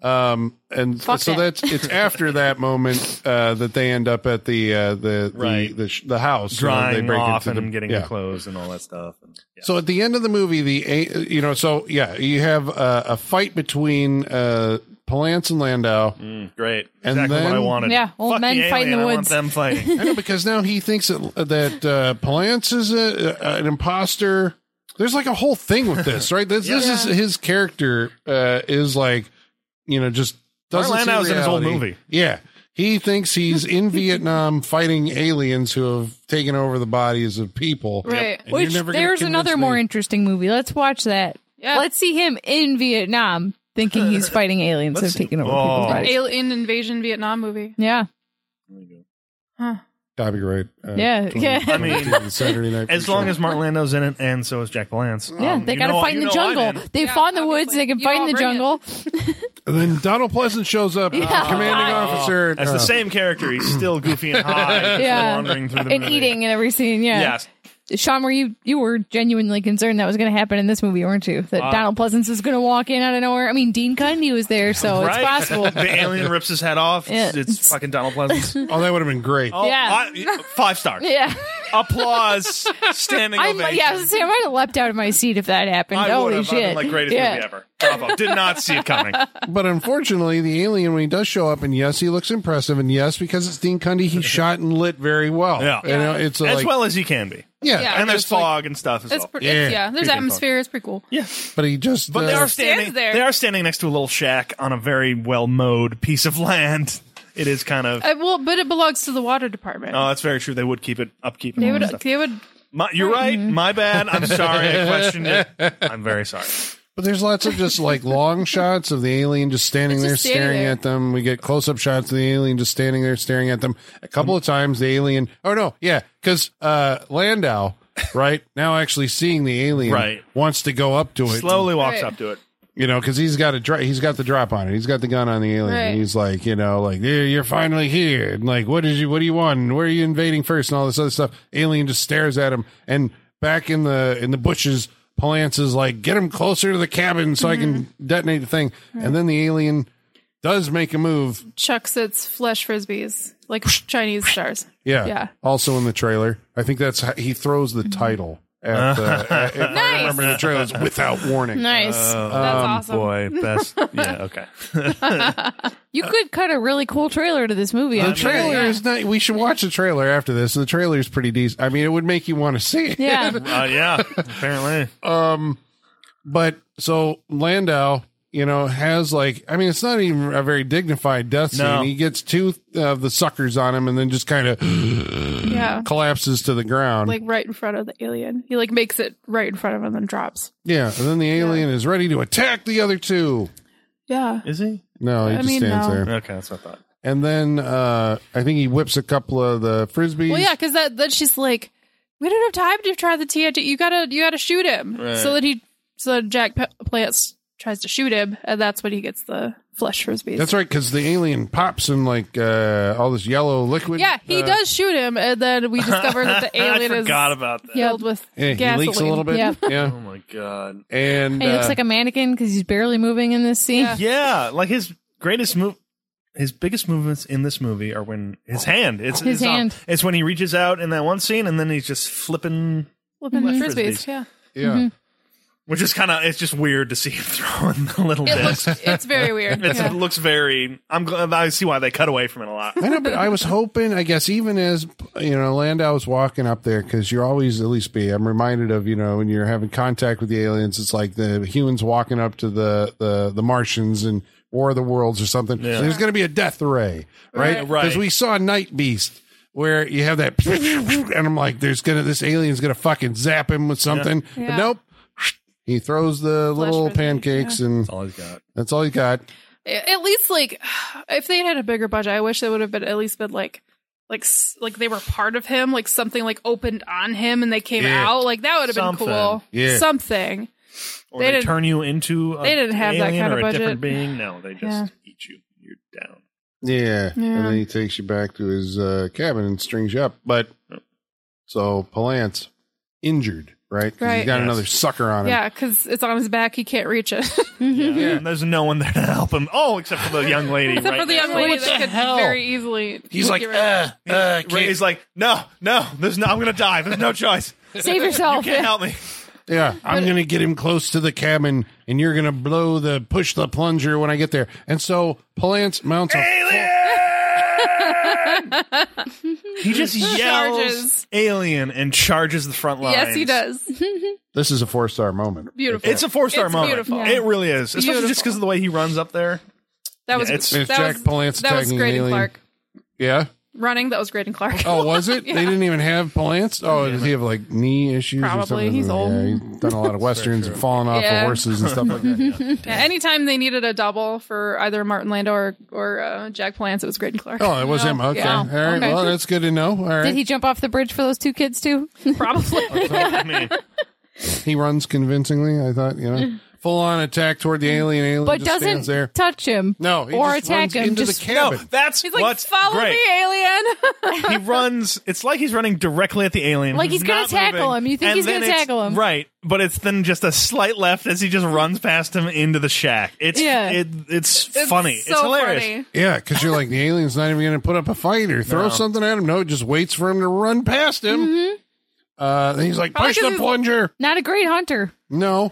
Um, and
Fuck
so
that.
that's it's after
[LAUGHS]
that moment uh, that they end up at the uh, the,
Right.
the the sh- the house you know,
Drying
they break
off
into
and
the-
getting
yeah.
clothes and all that stuff. And, yeah.
So at the end of the movie, the a- you know so yeah you have a, a fight between uh, Palance and Landau.
Mm, great,
And
exactly what I
then-
wanted.
Yeah, old
Fuck
men
the
fight in
alien,
the
I want
woods.
them
[LAUGHS]
fighting.
I know because now he thinks that that uh, Palance is a, a, an imposter. There's like a whole thing with this, right? This this is his character uh, is like you know just doesn't
Mark
see
Landau's in his old
reality.
movie.
Yeah, he thinks he's in Vietnam fighting aliens who have taken over the bodies of people.
Right.
And you're
which
never gonna
there's
convince
another
me.
more interesting movie let's watch that
Yeah.
let's see him in vietnam
[LAUGHS]
thinking he's fighting aliens that have
Let's see-
taken over
Oh.
people's bodies
Alien invasion Vietnam movie.
yeah
copyright. Uh,
Yeah. Yeah.
2022
I
[LAUGHS]
mean,
Saturday night.
as
Freak
long
Show.
as Martin Lando's in it, and so is Jack Palance.
yeah
Um,
they
you
gotta
know-
fight in
you
the
know I'm
jungle
in.
they
Yeah,
fought in the woods
obviously.
they can
You
fight in
all
the
bring it.
jungle
And then Donald Pleasant shows up, commanding officer.
As
uh,
the same character, he's still goofy
[LAUGHS]
and high,
Yeah.
yeah. wandering through the
and
movie.
eating in every scene yeah
Yes,
sean were you you were genuinely concerned that was gonna happen in this movie weren't you
Uh,
that donald pleasance was gonna walk in out of nowhere i mean dean cundy was there so
right? [LAUGHS]
it's possible
the alien rips his head off. It's,
Yeah.
it's fucking Donald
[LAUGHS]
Pleasance.
Oh, that would have been great.
Oh,
Yeah.
I- five star.
yeah
Applause.
[LAUGHS]
Standing
I
ovation.
might, yeah, I was gonna say, I might have leapt out of my seat if that happened.
I would
Holy
have. I'd
shit!
been like greatest
yeah.
movie ever. Bravo. Did not see it coming.
But unfortunately, the alien when he does show up, and yes, he looks impressive, and yes, because it's Dean Cundy,
[LAUGHS]
he shot and lit very well.
Yeah.
you know, it's a,
as
like
well as you can be.
yeah,
Yeah.
and
And there's
it's like-
fog and stuff as
It's
well.
pre-
Yeah.
yeah. yeah, there's
Pretty good
atmosphere. It's pretty cool.
yeah.
but he just
But they
uh,
are
stands
standing
there.
They are standing next to a little shack on a very well mowed piece of land. It is kind of
Uh, well, but it belongs to the water department.
Oh, that's very true. They would keep it upkeep. And
they
all
would.
that stuff.
They would.
My, you're right. My bad. I'm sorry. I questioned it. I'm very sorry.
but there's lots of just
[LAUGHS]
like long shots of the alien just standing
It's
there,
just standing
staring
there.
at them. We get close up shots of the alien just standing there, staring at them. A couple of times, the alien. Oh no, yeah, because uh, Landau, right now, actually seeing the alien,
Right.
wants to go up to it,
Slowly walks
Right.
up to it.
you know, because he's got a dr- he's got the drop on it. He's got the gun on the alien.
Right.
And he's like, you know, like "Yeah, you're finally here. And like, what did you? What do you want? And where are you invading first? And all this other stuff. Alien just stares at him. And back in the in the bushes, Palance is like, get him closer to the cabin so I can
Mm-hmm.
detonate the thing. And then the alien does make a move.
Chucks its flesh frisbees like Chinese
[LAUGHS]
stars.
Yeah.
Yeah. Mm-hmm.
Also in the trailer, I think that's how he throws the title. At the, at- if I
Nice.
remember the trailer, it's without warning.
Nice.
Uh,
That's
Um,
awesome.
Boy, best. Yeah.
[LAUGHS]
Okay.
you could cut a really cool trailer to this movie.
The
I'm sure.
trailer
Yeah.
is not. We should watch the trailer after this. The trailer is pretty decent. I mean, it would make you want to see it. [LAUGHS]
Yeah.
Uh, yeah. Apparently.
But so Landau, you know, has like. I mean, it's not even a very dignified death scene.
No.
He gets two of the suckers on him, and then just kind of
Yeah.
collapses to the
um,
ground.
Uh-huh. Like right in front of the alien. He like makes it right in front of him and then drops.
yeah, and then the alien is ready to attack the other two.
Yeah.
Is he?
No, he
I
just
mean,
stands
no.
there.
Okay, that's what I thought.
And then uh, I think he whips a couple of the frisbees.
Well, yeah, because that then she's like, we don't have time to try the TNT. You gotta you gotta shoot him
Right.
so that he so that Jack P- Plants tries to shoot him, and that's when he gets the flesh frisbees.
That's right, because the alien pops in like uh, all this yellow liquid.
yeah, he
uh,
does shoot him, and
[LAUGHS]
then we discover that the alien
I
is
forgot about that.
filled with
eh, he
gasoline.
leaks a little bit.
Yeah.
Oh
yeah.
my god.
And
he looks
uh,
like a mannequin because he's barely moving in this scene.
Yeah.
Yeah, like his greatest move, his biggest movements in this movie are when his hand. It's
His
it's on-
hand.
it's when he reaches out in that one scene, and then he's just flipping,
Flipping
Mhm.
the frisbees.
Mm-hmm. Frisbees.
Yeah,
yeah.
which is kind of it's just weird to see him [LAUGHS] throwing the little
it
bit.
looks it's very weird.
[LAUGHS] It's-
Yeah.
It looks very. I'm glad I see why they cut away from it a lot.
I know, but I was hoping, I guess, even as you know, Landau was walking up there because you're always at least be. I'm reminded of you know when you're having contact with the aliens, it's like the humans walking up to the the the Martians and War of the Worlds or something.
Yeah.
There's going to be a death ray, right?
Right. Right.
Because we saw Night Beast. Where you have that, and I'm like, there's gonna this alien's gonna fucking zap him with something, but
Yeah.
nope. He throws the little
frisbee,
pancakes, and
all he's got.
that's all he got.
A- at least like if they had a bigger budget, I wish they would have been at least been like like s- like they were part of him, like something like opened on him and they came
Yeah.
out. Like that would have
Something.
been cool.
Yeah.
Something.
Or
They
they,
didn't-
turn you into. A
they didn't have that
alien
kind
or
of
a different
budget.
being. No, they just
Yeah.
eat you. You're down.
Yeah. And
Yeah.
then he takes you back to his uh, cabin and strings you up. But so Palance injured, right? 'Cause He's
Right.
got
Yes.
another sucker on him.
Yeah, because it's on his back. He can't reach it. [LAUGHS]
Yeah. [LAUGHS] And there's no one there to help him. Oh, except for the young lady.
Except
right
for the
next
young
to him.
lady that could very easily.
He's like,
get rid of
uh, uh,
Ray
can't.
is like, no, no, there's no, I'm gonna die. There's no choice.
[LAUGHS] Save yourself.
Can't help me.
yeah, I'm going to get him close to the cabin and you're going to blow the push the plunger when I get there. And so Palance mounts a.
[LAUGHS] He just yells
Charges.
alien and charges the front line.
Yes, he does.
[LAUGHS]
This is a four star moment.
Beautiful.
It's a four star
It's
moment.
beautiful.
It really is, especially just
Beautiful.
because of the way he runs up
[LAUGHS]
there.
that was
it's-
It's
that
Jack
was,
Palance
That was
attacking
Graydon
an alien.
Clark
Yeah.
running. That was Graydon Clark.
Oh, was
[LAUGHS]
it? They didn't even have Palance. Oh, does he have like knee issues? Or
Probably.
something?
He's old.
Yeah, he's done a [LAUGHS] lot of westerns and falling off
Yeah.
of horses and stuff like that.
Yeah, anytime they needed a double for either Martin Landau or, or uh, Jack Palance, it was Graydon Clark.
Oh, it was him. Okay.
Yeah.
All right.
Okay.
Well, that's good to know. All right.
Did he
He-,
jump off the bridge for those two kids too?
Probably.
I mean,
runs convincingly. I thought, you know, full on attack toward the alien. Alien
but
just
doesn't
stands there.
touch him.
No, he
or
just
attack
runs
him.
into
just
the
no,
cabin.
that's
He's like,
what's
follow
great.
me, alien. [LAUGHS]
[LAUGHS]
He runs. It's like he's running directly at the alien.
Like he's gonna
not
tackle
moving,
him. You think
and
he's
then
gonna
it's-
tackle him.
right? But it's then just a slight left as he just runs past him into the shack. It's
Yeah.
it, it's,
It's
funny.
so
it's hilarious.
funny.
yeah, because you're like the alien's not even going to put up a fight or throw something at him. No, it just waits for him to run past him. Uh, then he's like,
Probably
push
'cause
the
he's-
plunger.
Not a great hunter.
No,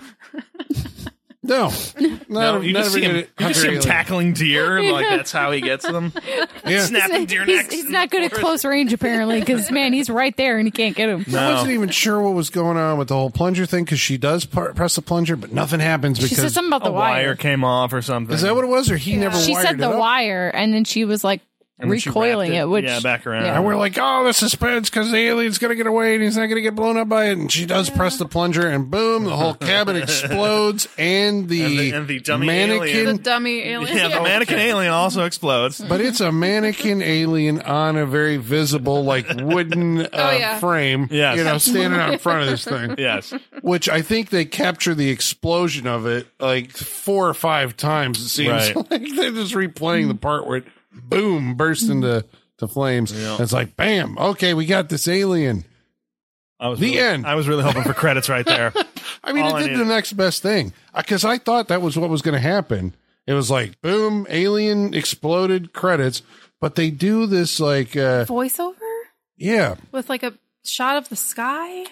no, not,
No,
a-
you
not
just
a
see him.
regular
You just see him
hunter
tackling deer.
[LAUGHS]
Like that's how he gets them.
alien. Yeah.
Snapping deer
he's,
necks.
he's not good
[LAUGHS]
at close range apparently because man, he's right there and he can't get him.
I wasn't even sure what was going on with the whole plunger thing because she does par- press the plunger, but nothing happens
She said
because
something about
A
the wire.
wire came off or something.
is that what it was? Or he never
She
wired
said the
it up?
wire, and then she was like
then she
recoiling
wrapped
it,
it,
which
yeah, back around.
And we're like, oh, the suspense because the alien's going to get away and he's not going to get blown up by it. And she does press the plunger, and boom, the whole
[LAUGHS]
cabin explodes, and the,
And the- and the dummy
mannequin.
The
alien.
dummy alien.
Yeah, the
[LAUGHS]
mannequin alien also explodes.
Mm-hmm.
But it's a mannequin alien on a very visible, like wooden
[LAUGHS] Oh,
uh,
yeah.
frame,
Yes.
you know, standing out in front of this thing.
yes.
Which I think they capture the explosion of it like four or five times. It seems
Right.
[LAUGHS] like they're just replaying the part where it boom bursts into to flames. It's like bam. Okay, we got this alien.
I was
The
really,
end.
I was really hoping for credits right there.
I mean,
All I
it did the
needed.
next best thing because I thought that was what was going to happen. It was like boom, alien exploded credits, but they do this like uh
voiceover
yeah,
with like a shot of the sky.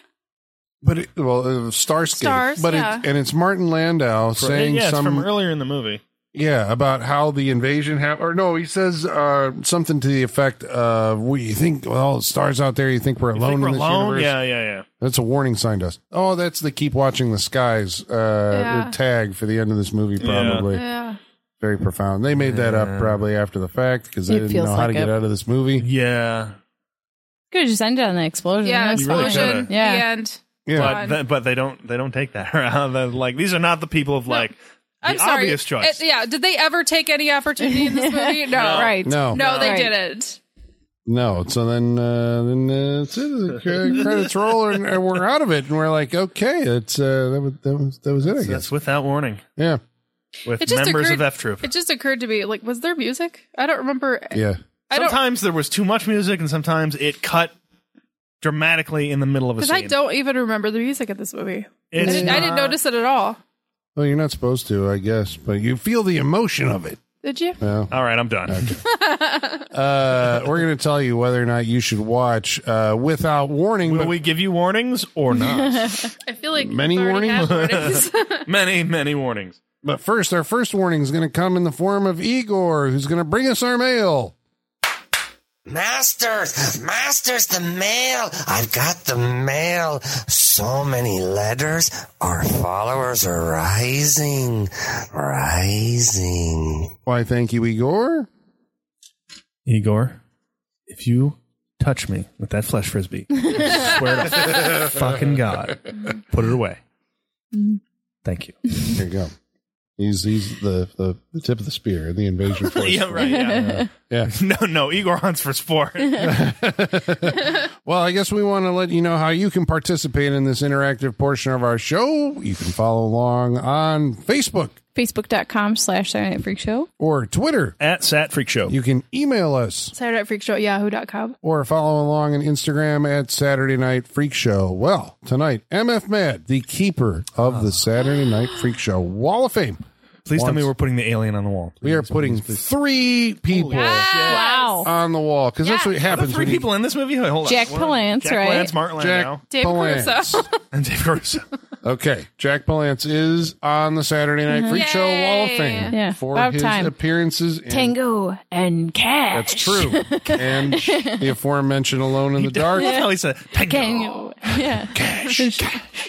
but it, well, uh, Starscape,
Stars,
but
yeah.
it, and it's Martin Landau [LAUGHS] saying
yeah, it's
some
from earlier in the movie.
yeah about how the invasion happened or no, he says uh something to the effect of "We you think with all the stars out there, you think we're
You
alone
think we're
in this
alone?
universe?"
Yeah, yeah, yeah.
That's a warning sign to us. Oh, that's the keep watching the skies uh
Yeah.
tag for the end of this movie probably.
Yeah.
Very profound. They made that up probably after the fact because they
It
didn't
feels
know how to
like
get
it.
out of this movie.
Yeah.
Could have just ended on an explosion.
Yeah,
That was
really
fine.
explosion.
should've.
Yeah.
The end.
Yeah.
on.
But th- but they don't they don't take that [LAUGHS] around. They're like these are not the people of like the
I'm sorry.
obvious choice.
Uh, yeah. Did they ever take any opportunity in [LAUGHS] this movie? No.
Right.
Oh.
no, no,
No, they
Right.
didn't.
no. So then, uh, then uh, that's it.
[LAUGHS]
The cre- credits roll, and, and we're out of it. And we're like, okay, that's uh, that was that was, that was it. I
So that's
guess.
without warning
Yeah,
with
It just
members
occurred-
of F Troop.
It just occurred to me, like, was there music? I don't remember.
yeah.
I don't
Sometimes there was too much music, and sometimes it cut dramatically in the middle of a
because
scene.
I don't even remember the music of this movie. I
It's
didn't, I didn't
not-
notice it at all.
Well, you're not supposed to, I guess, but you feel the emotion of it.
Did you?
Yeah.
All right, I'm done.
Uh, we're going to tell you whether or not you should watch uh, without warning.
Will
But
we give you warnings or not?
[LAUGHS] I feel like
Many
we've already had
warnings?
[LAUGHS]
[LAUGHS] warnings.
many, many warnings.
But first, our first warning is going to come in the form of Igor, who's going to bring us our mail.
Masters, masters, the mail. I've got the mail. So many letters. Our followers are rising, rising.
Why, thank you, Igor.
Igor, if you touch me with that flesh
[LAUGHS]
frisbee, I swear to fucking God, put it away.
Mm-hmm.
Thank you.
There you go. He's he's the, the, the tip of the spear, the
[LAUGHS]
invasion force.
yeah, right. [LAUGHS] Yeah.
Yeah.
No, no. Igor hunts for
[LAUGHS]
sport.
Well, I guess we want to let you know how you can participate in this interactive portion of our show. You can follow along on Facebook
Facebook.com slash Saturday Night Freak Show.
or Twitter.
At Sat Freak Show.
You can email us
Saturday Night Freak Show at yahoo.com.
or follow along on Instagram at Saturday Night Freak Show. Well, tonight, MF Mad, the keeper of the Saturday Night Freak Show Wall of Fame.
Please tell
Once.
me we're putting the alien on the wall.
We are putting three people
Wow.
on the wall because that's what
Are there
happens.
three
when you-
people in this movie? Wait, hold on.
Jack
One-
Palance,
Jack
right?
Palance, Martin
Jack
Landau,
Dave
Palance.
Caruso.
and Dave Caruso.
okay, Jack Palance is on the Saturday Night Freak Show Wall of Fame
Yeah,
for
about
his
time.
appearances. In,
Tango and
That's
Cash.
true, and the aforementioned Alone in the Dark.
That's how [LAUGHS] he said. Tango.
Tango. Yeah.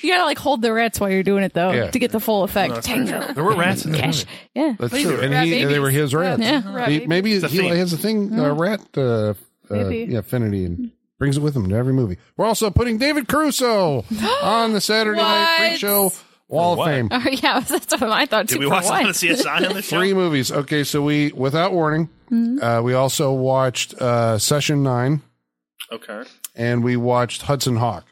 you gotta like hold the rats while you're doing it though
Yeah.
to get the full effect. Tango.
There were rats in the
Cash.
movie.
Yeah.
That's
These
true,
are
and
rat
he,
babies.
they were his rats.
Yeah.
Rat
He-
babies. Mm-hmm.
maybe
a
he
thing.
has a thing, uh, rat uh, uh,
Maybe.
yeah, affinity, and brings it with him to every movie. We're also putting David
[GASPS]
Caruso on the Saturday Night Freak
What?
Show Wall of
what?
Fame.
Oh, [LAUGHS] yeah, that's what I thought too.
Did we
for
watch a lot
one.
of CSI on this show?
Three movies. Okay, so we, without warning,
Mm-hmm.
uh, we also watched uh, Session Nine,
Okay.
and we watched Hudson Hawk,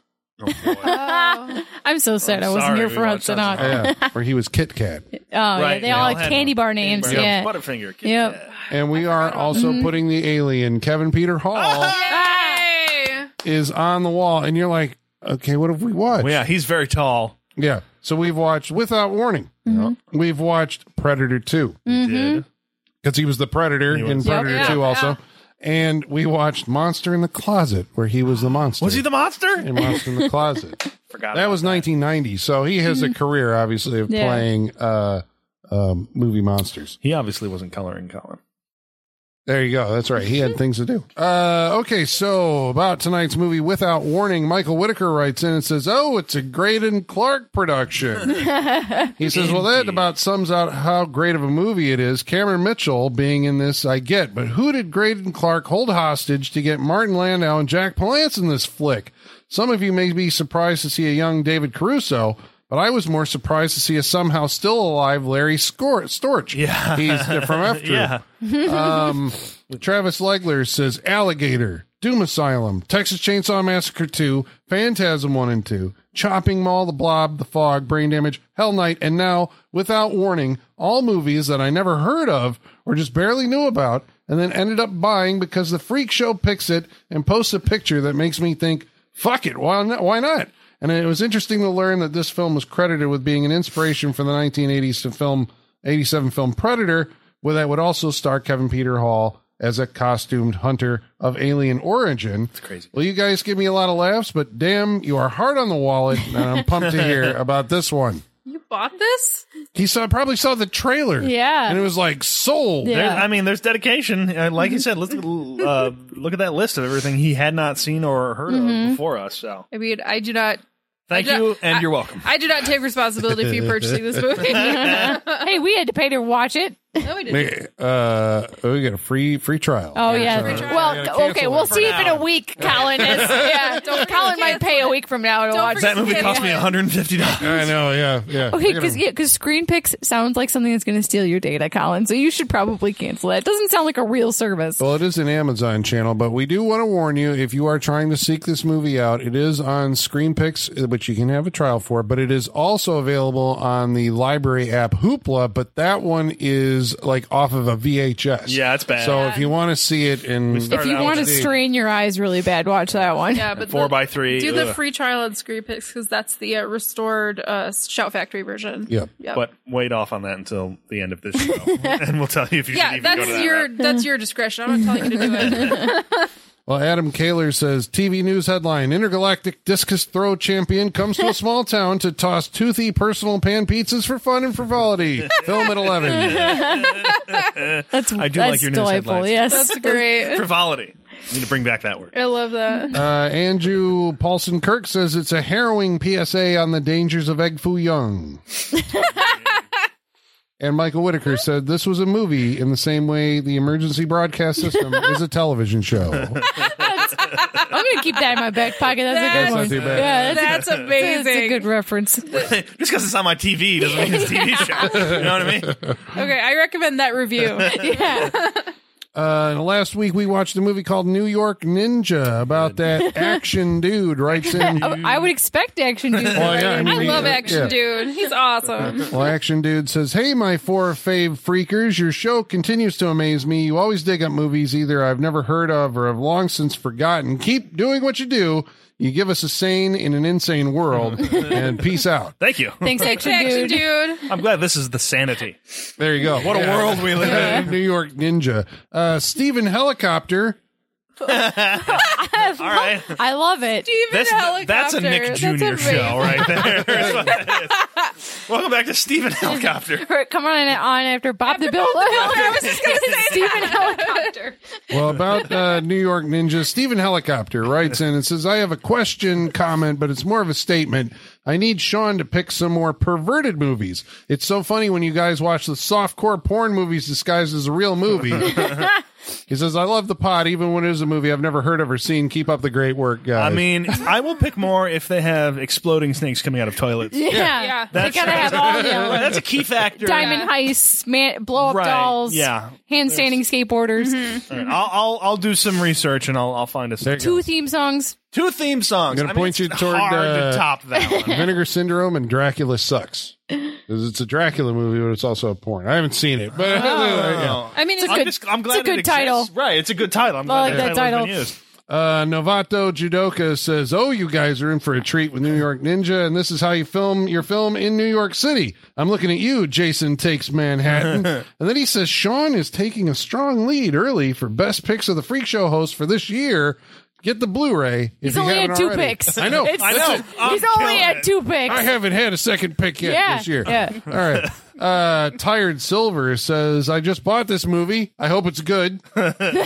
I'm so sad I wasn't
sorry
here
we
for
watched
Hudson
that.
Hawk. Oh,
[LAUGHS]
yeah, where he was Kit Kat,
yeah, they all have
had
candy bar
candy
names.
bar
Yeah.
names. Butterfinger. Kit
Yep.
Kat.
and we are also
Mm-hmm.
putting the alien Kevin Peter Hall
Oh, Yay!
is on the wall, and you're like, okay, what have we watched?
Well, yeah, he's very tall.
Yeah. So we've watched Without Warning.
Mm-hmm.
We've watched Predator 2
Dude.
because he was the Predator in
was.
Predator
Yep.
2
Yeah.
also. And we watched Monster in the Closet where he was the monster.
Was he the monster?
in Monster in the Closet?
[LAUGHS] Forgot.
That
about
was 1990. So he has
Mm-hmm.
a career, obviously, of
Yeah.
playing uh, um, movie monsters.
He obviously wasn't coloring Colin.
There you go. That's right. He had things to
[LAUGHS]
do. Uh, okay, so about tonight's movie, Without Warning, Michael Whitaker writes in and says, "Oh, it's a Graydon Clark
[LAUGHS]
production." he says, "Well, that
Indeed.
about sums out how great of a movie it is." Cameron Mitchell being in this, I get, but who did Graydon Clark hold hostage to get Martin Landau and Jack Palance in this flick? Some of you may be surprised to see a young David Caruso. But I was more surprised to see a somehow still alive Larry Scor- Storch. Yeah. He's
[LAUGHS]
from F Troop.
Yeah.
Um, Travis Legler says Alligator, Doom Asylum, Texas Chainsaw Massacre 2, Phantasm 1 and 2, Chopping Mall, The Blob, The Fog, Brain Damage, Hell Night, and now, without warning, all movies that I never heard of or just barely knew about and then ended up buying because the freak show picks it and posts a picture that makes me think, fuck it, why not? Why not? And it was interesting to learn that this film was credited with being an inspiration for the 1980s film, 87 film Predator, where that would also star Kevin Peter Hall as a costumed hunter of alien origin. It's
crazy.
Well, you guys give me a lot of laughs, but damn, you are hard on the wallet, and I'm pumped to hear about this one.
You bought this?
He saw probably saw the trailer,
Yeah.
and it was like sold.
Yeah.
There's- I mean, there's dedication. Uh, Like you
Mm-hmm.
said, let's uh, look at that list of everything he had not seen or heard of before us. So
I mean, I do not.
thank
I-
you, and
Mm-hmm. I- [LAUGHS]
you're welcome. [LAUGHS]
I do not take responsibility for you purchasing this movie.
hey, we had to pay to watch it.
[LAUGHS] No, we didn't.
Uh, we got a free free trial.
Oh yeah.
Free trial.
Yeah,
Well,
cancel
okay.
it
We'll
for
see if in
now.
a [LAUGHS] week Colin is. Yeah,
Don't
Colin might
cancel
pay a
it.
week from now to
Don't
watch
forget
That movie cost me $150.
I know. Yeah, yeah.
Okay,
Look at
because
him.
yeah, because Screen Picks sounds like something that's going to steal your data, Colin. So you should probably cancel it. It doesn't sound like a real service.
Well, it is an Amazon channel, but we do want to warn you if you are trying to seek this movie out, it is on ScreenPix, uh, which you can have a trial for, but it is also available on the library app Hoopla, but that one is like off of a VHS.
Yeah, it's bad.
So if you want to see it in
If you
Start out
want to
with the-
strain your eyes really bad, watch that one.
Yeah, but
Four
the-
by three,
Do the
ugh.
free trial on Screen Picks because that's the uh, restored uh, Shout Factory version.
Yep.
Yep.
But wait off on that until the end of this
[LAUGHS]
show, and we'll tell you if you should
yeah,
even go
that's
to that.
your
route.
that's your discretion. I'm not telling you to do it.
[LAUGHS]
Well, Adam Kaler says TV news headline Intergalactic Discus Throw Champion comes
[LAUGHS]
to a small town to toss toothy personal pan pizzas for fun and
[LAUGHS]
frivolity. Film at 11.
That's
I do
that's
like your news
delightful.
headlines.
Yes,
That's great.
frivolity. I need to bring back that word.
I love
[LAUGHS]
that.
Uh, Andrew Paulson Kirk says it's a harrowing PSA on the dangers of egg foo young. and Michael Whitaker said this was a movie in the same way the emergency broadcast system is a television show.
[LAUGHS]
Uh,
I'm going to keep that in my back pocket. That's, a
That's
good
not
one.
too bad.
Yeah, that's,
That's
that's a
amazing.
good
[LAUGHS]
reference.
Just because it's on my TV doesn't mean it's a TV show. You know what I mean?
[LAUGHS] Okay, I recommend that review.
[LAUGHS] Yeah,
Uh, and last week we watched a movie called New York Ninja about that action dude writes in. Oh,
I would expect action. Dude.
yeah, I mean,
I love
yeah.
Action Dude. He's
[LAUGHS]
awesome.
Well, Action Dude says, Hey, my four fave freakers, your show continues to amaze me. You always dig up movies either I've never heard of or have long since forgotten. Keep doing what you do. You give us a sane in an insane
[LAUGHS]
world. and peace out.
Thank you.
Thanks, action,
Action
dude.
Dude.
I'm glad this is the sanity.
There you go.
What a world we live
[LAUGHS]
in.
New York Ninja. Uh, Steven Helicopter.
All right.
I love it.
Even
That's,
the helicopter.
that's a Nick
That's
Jr.
amazing.
show right
[LAUGHS]
there. That's what it is. Welcome back to Stephen Helicopter.
All right, Come on in, on after Bob the Builder.
I was
[LAUGHS]
just gonna say
Stephen
helicopter.
Well, about uh, New York Ninja, Stephen Helicopter writes in and says, I have a question, comment, but it's more of a statement. I need Sean to pick some more perverted movies. It's so funny when you guys watch the softcore porn movies disguised as a real movie. he says, I love the pot, even when it is a movie I've never heard of or seen. Keep up the great work, guys.
I mean, I will pick more if they have exploding snakes coming out of toilets.
Yeah,
Yeah.
they
That's
gotta
right.
have all the elements.
That's a key factor.
Diamond heists, man, blow up
Right,
dolls,
yeah.
hand standing skateboarders,
Mm-hmm.
All right, I'll, I'll I'll do some research and I'll I'll find us
There you
two,
go.
two theme songs.
two theme songs.
I'm gonna
I mean,
point you
it's
toward,
hard
uh,
to top that one.
Vinegar Syndrome and Dracula Sucks. 'Cause It's a Dracula movie, but it's also a porn. I haven't seen it, [LAUGHS] but Yeah.
I mean, it's
I'm
good.
just I'm glad
a good
it exists.
title.
Right, it's a good title. I'm
I
glad
like
the
that
title's
title.
Been used.
Uh, Novato Judoka says, Oh, you guys are in for a treat with New York Ninja, and this is how you film your film in New York City. I'm looking at you, Jason Takes Manhattan. and then he says, Sean is taking a strong lead early for best picks of the Freak Show host for this year. Get the Blu ray. if
He's
you
only
haven't
at two
already."
picks.
I know.
[LAUGHS] It's-
I know.
it's-
I'm
He's only
killing
at
it.
two picks.
I haven't had a second pick yet
Yeah,
this year.
yeah.
All right. Uh, Tired Silver says, I just bought this movie. I hope it's good.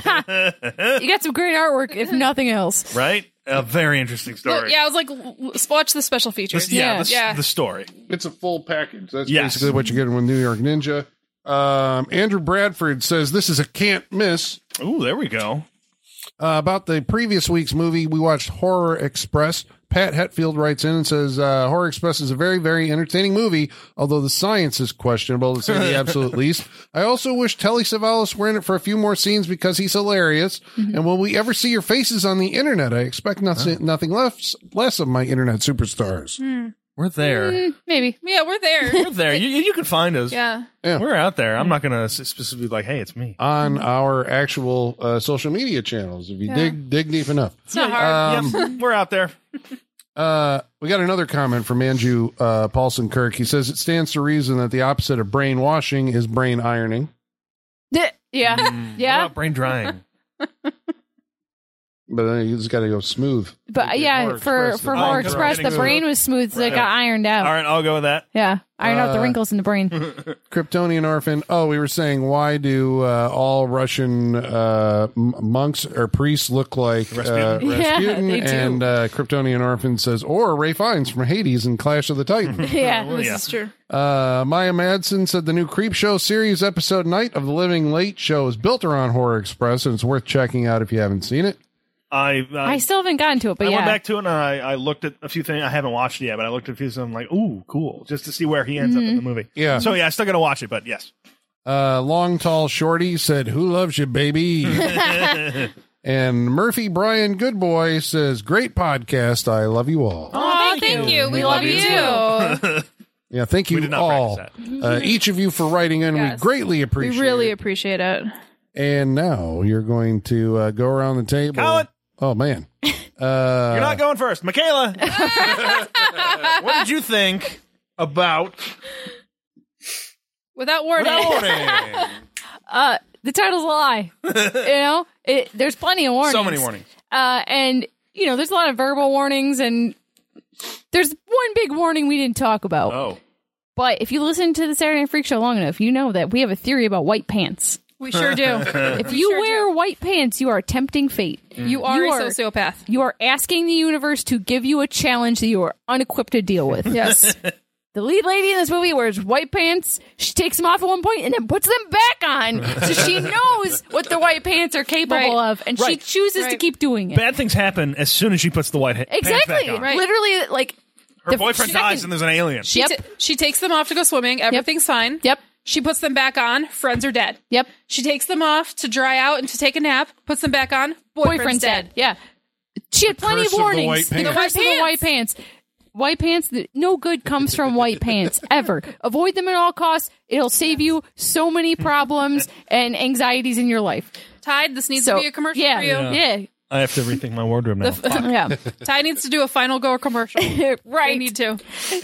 You got some great artwork, if nothing else.
Right, a very interesting story.
Well, Mm-hmm. yeah, I was like, w- w- watch the special features.
This- yeah,
Yeah.
this-
Yeah.
the story.
it's a full package. That's
Yes.
basically what you're getting with New York Ninja. Um, Andrew Bradford says this is a can't miss.
Ooh, there we go.
Uh, about the previous week's movie, we watched Horror Express. Pat Hetfield writes in and says uh, Horror Express is a very, very entertaining movie, although the science is questionable to say the absolute least. I also wish Telly Savalas were in it for a few more scenes because he's hilarious. And will we ever see your faces on the internet? I expect nothing, nothing less less of my internet superstars.
We're there.
Maybe.
Mm, yeah, we're there.
[LAUGHS] We're there. You, you you can find us.
yeah.
We're out there. I'm not going to specifically be like, hey, it's me.
on
Mm-hmm.
our actual uh, social media channels if you dig dig deep enough.
It's not hard.
Um,
Yep, [LAUGHS] we're out there.
Uh, we got another comment from Andrew uh, Paulson Kirk. He says it stands to reason that the opposite of brainwashing is brain ironing.
[LAUGHS]
Mm.
Yeah. Yeah.
What about brain drying.
But then you just got to go smooth.
But yeah,
Horror
for
Express,
for
the
Horror
brain
Express, the
getting
brain
smooth.
was smooth, so it got ironed out.
All right, I'll go with that.
Yeah, iron out the
Uh,
wrinkles in
[LAUGHS]
the brain.
Kryptonian orphan. Oh, we were saying why do uh, all Russian uh, m- monks or priests look like uh,
Rasputin?
[LAUGHS] Yeah,
Rasputin?
they do.
and uh, Kryptonian orphan says, or Ray Fiennes from Hades in Clash of the Titans.
yeah,
Oh, This
yeah.
is true.
uh, Maya Madsen said the new Creep Show series episode Night of the Living Late Show is built around Horror Express, and it's worth checking out if you haven't seen it.
I uh,
I
I,
still haven't gotten to it, but yeah,
went back to it and I, I looked at a few things. I haven't watched it yet, but I looked at a few things. And I'm like, ooh, cool, just to see where he ends up
Mm-hmm.
in the movie.
Yeah.
So yeah, I still gotta watch it, but yes,
Uh, Long Tall Shorty said, Who loves you, baby? and Murphy Brian Goodboy says, Great podcast. I love you all.
Oh, thank you. We, love, you.
Yeah, thank you
did not
all.
practice
Uh, each of you for writing in. We
Yes.
greatly appreciate
we really
it.
appreciate it.
And now you're going to uh, go around the table.
Colin!
Oh,
[LAUGHS]
man. Uh,
you're not going first,
[LAUGHS]
Michaela. what did you think about
Without warning.
Without
[LAUGHS]
warning?
uh, the title's
[LAUGHS]
a lie. you know, it, there's plenty of warnings.
so many warnings.
uh, and you know, there's a lot of verbal warnings, and there's one big warning we didn't talk about.
Oh,
But if you listen to the Saturday Night Freak Show long enough, you know that we have a theory about white pants.
[LAUGHS]
We sure do.
If you wear white pants, you are tempting fate.
you are
You
a
are-
sociopath.
You are asking the universe to give you a challenge that you are unequipped to deal with.
Yes.
The lead lady in this movie wears white pants. She takes them off at one point and then puts them back on. So she knows what the white pants are capable
Right.
of, and she
Right.
chooses to
Right.
keep doing it.
bad things happen as soon as she puts the white ha- pants
exactly.
back on.
Right.
Literally, like
Her
The
boyfriend
second-
dies and there's an alien.
[LAUGHS] She,
Yep.
ta- she takes them off to go swimming. Everything's fine.
Yep.
She puts them back on. Friends are dead.
Yep.
She takes them off to dry out and to take a nap. Puts them back on. Boyfriend's,
boyfriend's
dead.
dead. Yeah. She had plenty
curse
of
of the
warnings.
white
The
pants.
curse of the white pants. White pants, th- no good comes from
[LAUGHS]
white pants ever. Avoid them at all costs. It'll save you so many problems and anxieties in your life.
Tide, this needs
So,
to be a commercial
yeah,
for you.
yeah,
I have to rethink my wardrobe now. Fuck.
[LAUGHS] yeah,
Tide needs to do a final go
[LAUGHS]
commercial.
right.
I need to.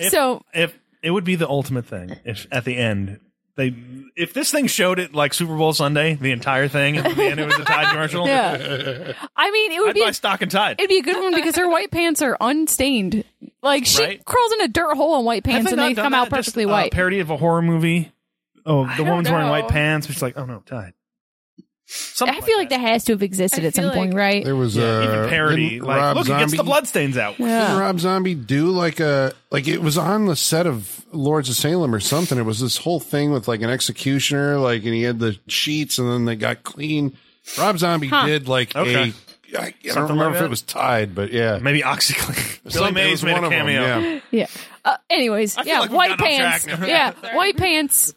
so
if it would be the ultimate thing if at the end they if this thing showed it like Super Bowl Sunday, the entire thing, and at the end it was a Tide commercial. [LAUGHS]
yeah, I mean, it would
I'd
be
buy stock and Tide.
it'd be a good one because her white pants are unstained. Like she
Right.
crawls in a dirt hole in white
Have
pants and
not
they
done
come out
that? Just,
perfectly
uh,
white.
parody of a horror movie. Oh, the
don't
woman's wearing
know.
white pants. She's like, oh no, Tide. Something
I feel like that has to have existed
I
at some
feel
point,
like-
right?
there was
Yeah,
uh,
even parody.
didn't
Like,
Rob
look, he gets the
Zombie-
bloodstains
[LAUGHS]
out.
Yeah.
Didn't Rob Zombie do like a like it was on the set of Lords of Salem or something. It was this whole thing with like an executioner, like and he had the sheets and then they got clean. Rob Zombie did like
Okay.
a I, I don't
Something
remember
like
if
that?
it was tied, but yeah.
Maybe OxyClean. Billy
Something- it
Mays
was
made
one
a
of them,
cameo.
yeah.
[LAUGHS] Yeah. Uh, anyways,
feel
yeah,
like we
white
got off
pants.
track now. [LAUGHS]
yeah, white pants.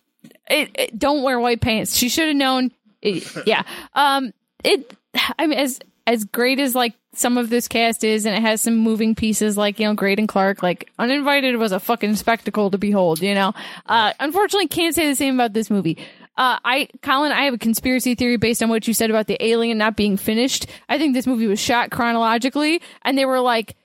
It, it- don't wear white pants. She should have known. It- yeah. Um. It. I mean, as as great as like some of this cast is, and it has some moving pieces like you know Graydon Clark. Like Uninvited was a fucking spectacle to behold. You know. Uh. Unfortunately, can't say the same about this movie. Uh, I, Colin, I have a conspiracy theory based on what you said about the alien not being finished. I think this movie was shot chronologically, and they were like,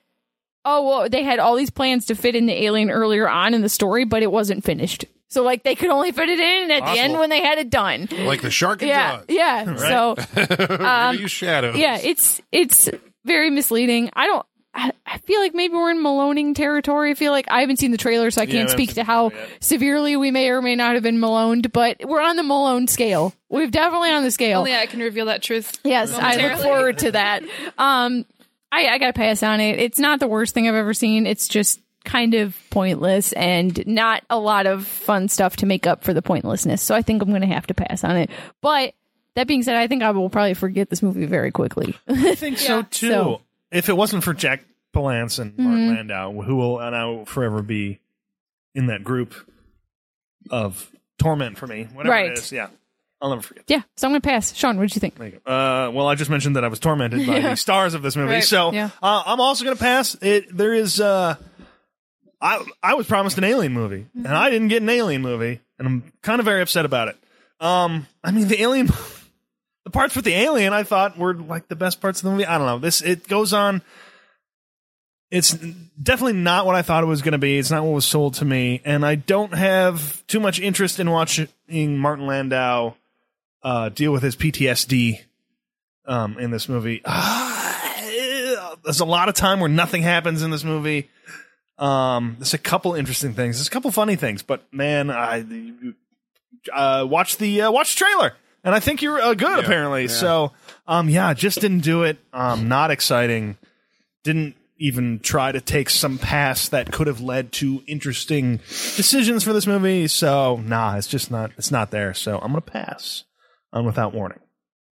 oh well they had all these plans to fit in the alien earlier on in the story but it wasn't finished so like they could only fit it in at the
Possible.
end when they had it done
Like the shark in
yeah
Jaws. [LAUGHS]
yeah so
We're gonna use shadows.
yeah it's it's very misleading i don't I I feel like maybe we're in Maloning territory. I feel like I haven't seen the trailer, so I can't
haven't
speak
seen
to
the
how
trailer
severely we may or may not have been Maloned, but we're on the Malone scale. We're definitely on the scale.
Only I can reveal that truth.
Yes, I look
Momentarily.
forward to that. Um, I, I got to pass on it. It's not the worst thing I've ever seen. It's just kind of pointless and not a lot of fun stuff to make up for the pointlessness. So I think I'm going to have to pass on it. But that being said, I think I will probably forget this movie very quickly.
I think so too.
so- Mm-hmm.
If it wasn't for Jack Palance and Mark Landau, who will and I will forever be in that group of torment for me, whatever
Right.
it is, yeah, I'll never forget.
yeah, so I'm going to pass. Sean, what would you think?
There you go. Uh, well, I just mentioned that I was tormented by the stars of this movie,
Right,
so
yeah.
uh, I'm also going to pass. It there is. Uh, I I was promised an alien movie, and I didn't get an alien movie, and I'm kind of very upset about it. Um, I mean the alien, [LAUGHS] the parts with the alien, I thought were like the best parts of the movie. I don't know. This it goes on. It's definitely not what I thought it was going to be. It's not what was sold to me, and I don't have too much interest in watching Martin Landau uh, deal with his PTSD um, in this movie. [SIGHS] Ah, there's a lot of time where nothing happens in this movie. Um, there's a couple interesting things. There's a couple funny things, but man, I uh, watch the uh, watch the trailer, and I think you're uh, good apparently. So, um, yeah, just didn't do it. Um, not exciting. Didn't even try to take some paths that could have led to interesting decisions for this movie. So, nah, it's just not. It's not there. So, I'm gonna pass on without warning.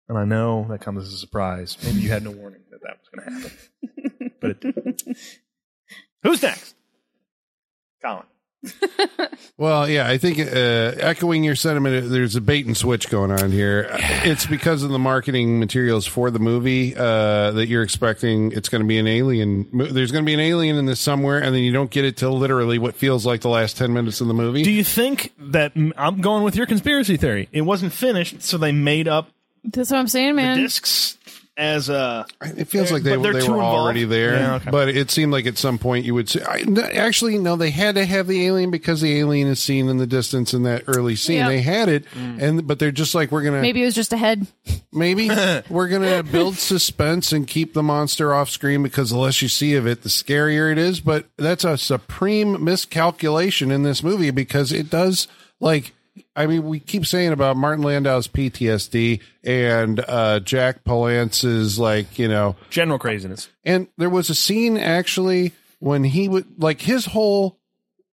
And I know that comes as a surprise. Maybe you had no warning that that was going to happen,
[LAUGHS]
but it did. Who's next? Colin.
Well, yeah, I think uh, echoing your sentiment, uh, there's a bait and switch going on here. It's because of the marketing materials for the movie uh, that you're expecting it's going to be an alien. mo- There's going to be an alien in this somewhere, and then you don't get it till literally what feels like the last ten minutes of the movie.
Do you think that mm, I'm going with your conspiracy theory? It wasn't finished, so they made up
That's what I'm saying, man.
discs as a.
It feels like they,
But they're
they
too
were
involved.
already there,
Yeah, okay.
but it seemed like at some point you would see. I, no, actually, no, they had to have the alien because the alien is seen in the distance in that early scene.
Yeah.
They had it,
Mm.
and but they're just like we're gonna
Maybe it was just a head.
maybe we're gonna build suspense and keep the monster off screen because the less you see of it, the scarier it is. But that's a supreme miscalculation in this movie because it does like I mean we keep saying about Martin Landau's PTSD and uh, Jack Palance's like you know
General craziness.
and there was a scene actually when he would like his whole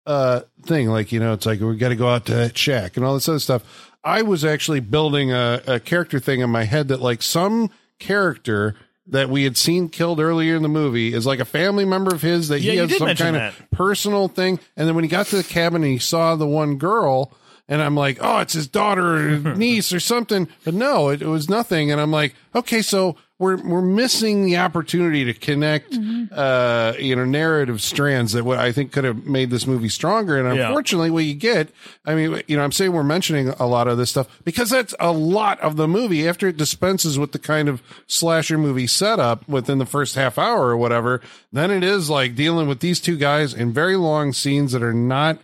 uh thing, like, you know, it's like we gotta go out to that shack and all this other stuff. I was actually building a, a character thing in my head that like some character that we had seen killed earlier in the movie is like a family member of his that
Yeah,
he
you
has
did
some
mention
kind
that.
of personal thing. And then when he got to the cabin and he saw the one girl, and I'm like, oh, it's his daughter or niece or something. But no, it, it was nothing. And I'm like, okay, so we're we're missing the opportunity to connect, uh, you know, narrative strands that what I think could have made this movie stronger. And
Yeah.
unfortunately, what you get, I mean, you know, I'm saying we're mentioning a lot of this stuff because that's a lot of the movie. After it dispenses with the kind of slasher movie setup within the first half hour or whatever, then it is like dealing with these two guys in very long scenes that are not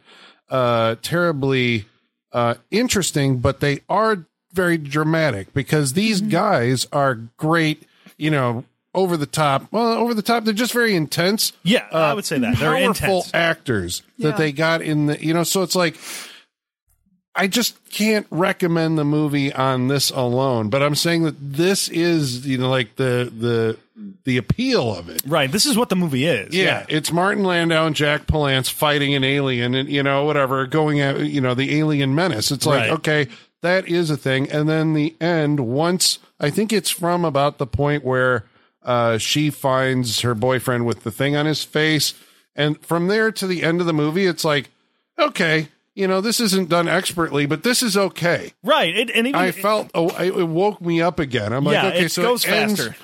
uh, terribly uh, interesting, but they are very dramatic because these guys are great, you know, over the top. Well, over the top, they're just very intense.
Yeah, I would say that. They're
powerful
intense.
actors that they got in the, you know, so it's like, I just can't recommend the movie on this alone, but I'm saying that this is, you know, like the, the, the appeal of it.
Right. This is what the movie is.
Yeah, it's Martin Landau and Jack Palance fighting an alien, and you know whatever, going at you know the alien menace. It's like
Right.
okay, that is a thing. And then the end. Once I think it's from about the point where uh, she finds her boyfriend with the thing on his face, and from there to the end of the movie, it's like okay, you know this isn't done expertly, but this is okay.
Right. It, and even,
I felt oh, it it woke me up again. I'm like
yeah,
okay,
it
so
goes
it ends
faster.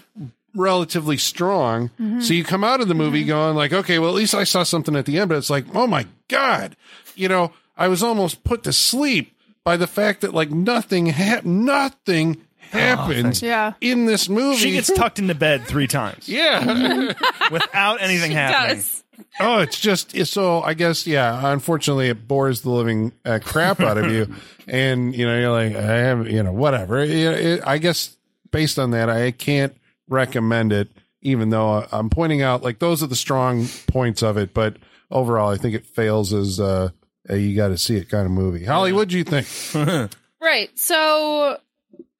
relatively strong. So you come out of the movie going like, okay, well at least I saw something at the end, but it's like, oh my god, you know, I was almost put to sleep by the fact that like nothing hap- nothing happens
Yeah.
in this movie.
Oh, She gets tucked into bed three [LAUGHS]
[LAUGHS]
times
yeah.
without anything happening.
Does.
oh, it's just it's so. I guess yeah. Unfortunately, it bores the living uh, crap out of [LAUGHS] you, and you know you're like I have you know whatever. It- it- I guess based on that, I can't recommend it. Even though I'm pointing out like those are the strong points of it, but overall, I think it fails as uh, a you got to see it kind of movie. Holly, what do you think?
Right. So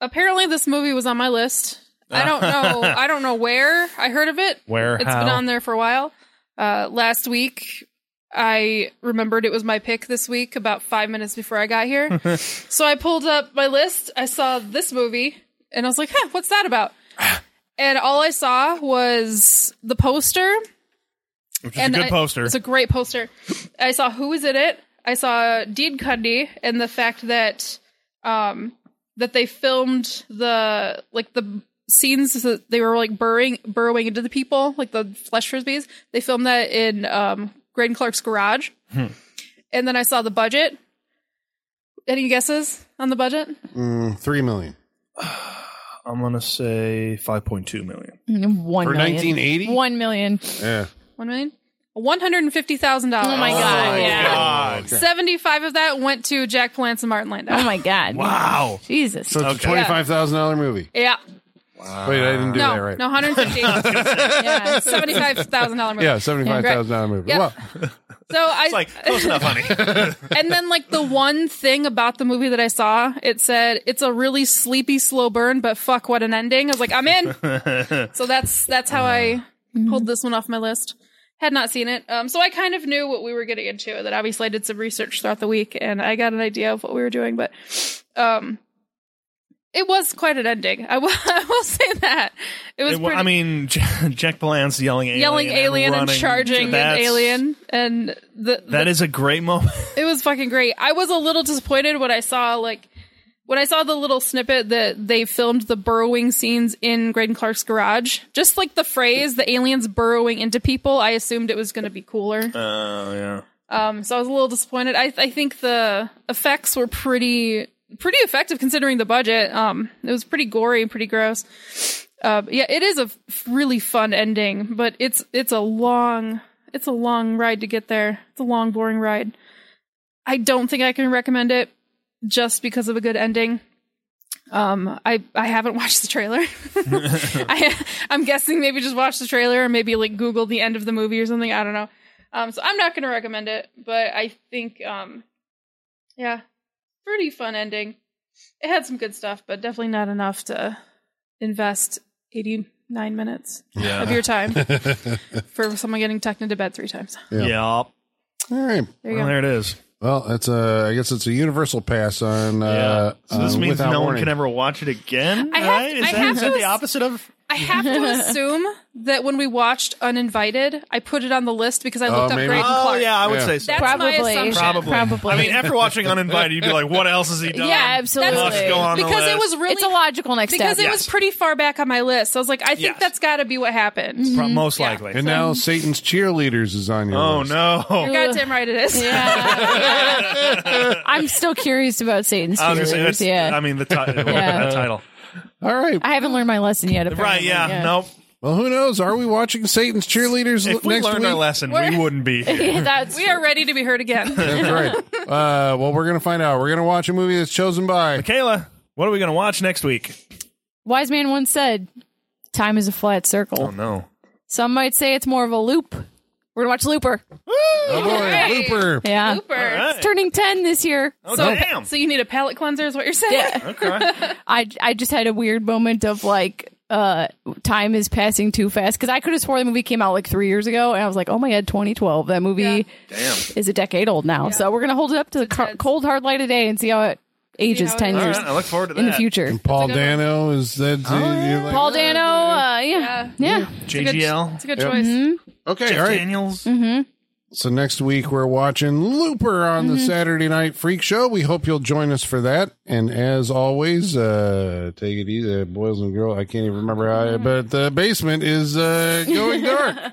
apparently this movie was on my list. I don't know. I don't know where I heard of it.
Where?
It's
how?
been on there for a while. Uh, last week, I remembered it was my pick this week about five minutes before I got here. so I pulled up my list. I saw this movie and I was like, huh, what's that about? and all I saw was the poster.
Which is a
And
good
I-
poster.
It's a great poster. I saw who was in it. I saw Dean Cundy and the fact that um that they filmed the like the scenes that they were like burrowing burrowing into the people, like the flesh frisbees. They filmed that in um Graydon Clark's garage. And then I saw the budget. Any guesses on the budget?
Mm, Three million
I'm going to say 5.2 million.
One
for
million.
1980.
One million.
Yeah.
One million? One hundred and fifty thousand dollars.
Oh my god. yeah.
Uh,
Seventy-five of that went to Jack Palance and Martin Landau.
Oh my god.
Wow.
Jesus.
So it's a twenty-five thousand dollar movie.
Yeah.
Wait, I didn't do
no,
that right. [LAUGHS]
no, 150. yeah, seventy-five thousand dollar movie.
Yeah, seventy-five thousand dollar movie.
Yep.
Well,
So I
It's like close enough, honey.
[LAUGHS] and then like the one thing about the movie that I saw, it said it's a really sleepy, slow burn, but fuck, what an ending! I was like,
[LAUGHS]
I'm in. so that's that's how I pulled this one off my list. Had not seen it, um, so I kind of knew what we were getting into. That obviously I did some research throughout the week, and I got an idea of what we were doing, but. Um, it was quite an ending. I will, [LAUGHS] I will say that it was.
It wa-
pretty,
I mean, [LAUGHS] J- Jack Palance yelling alien,
yelling alien and,
running.
charging an
That's-
alien, and the,
That is a
[LAUGHS]
great moment.
it was fucking great. I was a little disappointed when I saw like when I saw the little snippet that they filmed the burrowing scenes in Graydon Clark's garage. Just like the phrase "the aliens burrowing into people," I assumed it was going to be cooler.
Oh yeah.
Um, so I was a little disappointed. I, I think the effects were pretty pretty effective considering the budget. Um, it was pretty gory and pretty gross. Uh, yeah, it is a f- really fun ending, but it's it's a long it's a long ride to get there. It's a long boring ride. I don't think I can recommend it just because of a good ending. Um, I I haven't [LAUGHS] watched the trailer. I I'm guessing maybe just watch the trailer or maybe like Google the end of the movie or something. I don't know. Um, so I'm not going to recommend it, but I think, um, yeah, pretty fun ending. It had some good stuff, but definitely not enough to invest 89 minutes of
[LAUGHS]
your time for someone getting tucked into bed three times.
Yeah.
Yeah.
all right.
There
Well,
you go.
there it is.
Well, it's a. I guess it's a universal pass on. Uh,
yeah. So this
on
means
Without
no one
Warning.
can ever watch it again,
I have-
right? Is
I
that,
have
is
to
that
ass-
the opposite of?
I have [LAUGHS] to assume that when we watched Uninvited, I put it on the list because I looked up
maybe.
Graydon
Oh
Clark.
yeah, I would
Yeah.
say so.
That's my
Probably.
assumption.
Probably.
Probably.
I mean, after watching Uninvited, you'd be like, "What else has he done?"
Yeah, absolutely.
Must go on the
Because it
list.
was really
it's a logical next
because
step.
it was
Yes.
pretty far back on my list. So I was like, I think
Yes.
that's got to be what happened. [LAUGHS]
Pro- most
Yeah.
likely.
And now Satan's cheerleaders is on your.
oh
list.
no!
You're goddamn right it is.
Yeah. I'm still curious about Satan's
I was gonna
fears.
say that's.
yeah.
I mean, the, ti- [LAUGHS]
Yeah.
that title.
All right.
I haven't learned my lesson yet.
Right?
apparently,
Yeah. Nope.
Well, who knows? Are we watching Satan's cheerleaders
If
l-
we
next
learned
week?
our lesson,
We're-
we wouldn't be here.
[LAUGHS]
[LAUGHS]
Yeah,
[LAUGHS]
that's
We are ready to be heard [LAUGHS] again.
That's right. Uh, well, we're gonna find out. We're gonna watch a movie that's chosen by.
Kayla, what are we going to watch next week?
wise man once said, "Time is a flat circle."
Oh no!
Some might say it's more of a loop. We're gonna watch Looper.
Oh boy,
Hey.
Looper.
Yeah,
Super.
it's turning ten this year.
Oh
So,
damn!
so you need a palate cleanser, is what you're saying?
Yeah.
[LAUGHS] Okay.
I I just had a weird moment of like uh time is passing too fast because I could have swore the movie came out like three years ago and I was like oh my god 2012 that movie
Yeah.
Damn.
is a decade old now so we're gonna hold it up to the car-
intense.
cold hard light of day and see how it ages
how it
ten
is.
All
years
right. I look forward to that.
in the future
Paul Dano is that? you're like-
Paul Dano uh, yeah yeah
It's
JGL.
a good choice.
Okay,
Jeff
all right.
Daniels.
So next week we're watching Looper on the Saturday Night Freak Show. We hope you'll join us for that. And as always, uh, take it easy, boys and girls. I can't even remember how, I- but the basement is uh, going dark.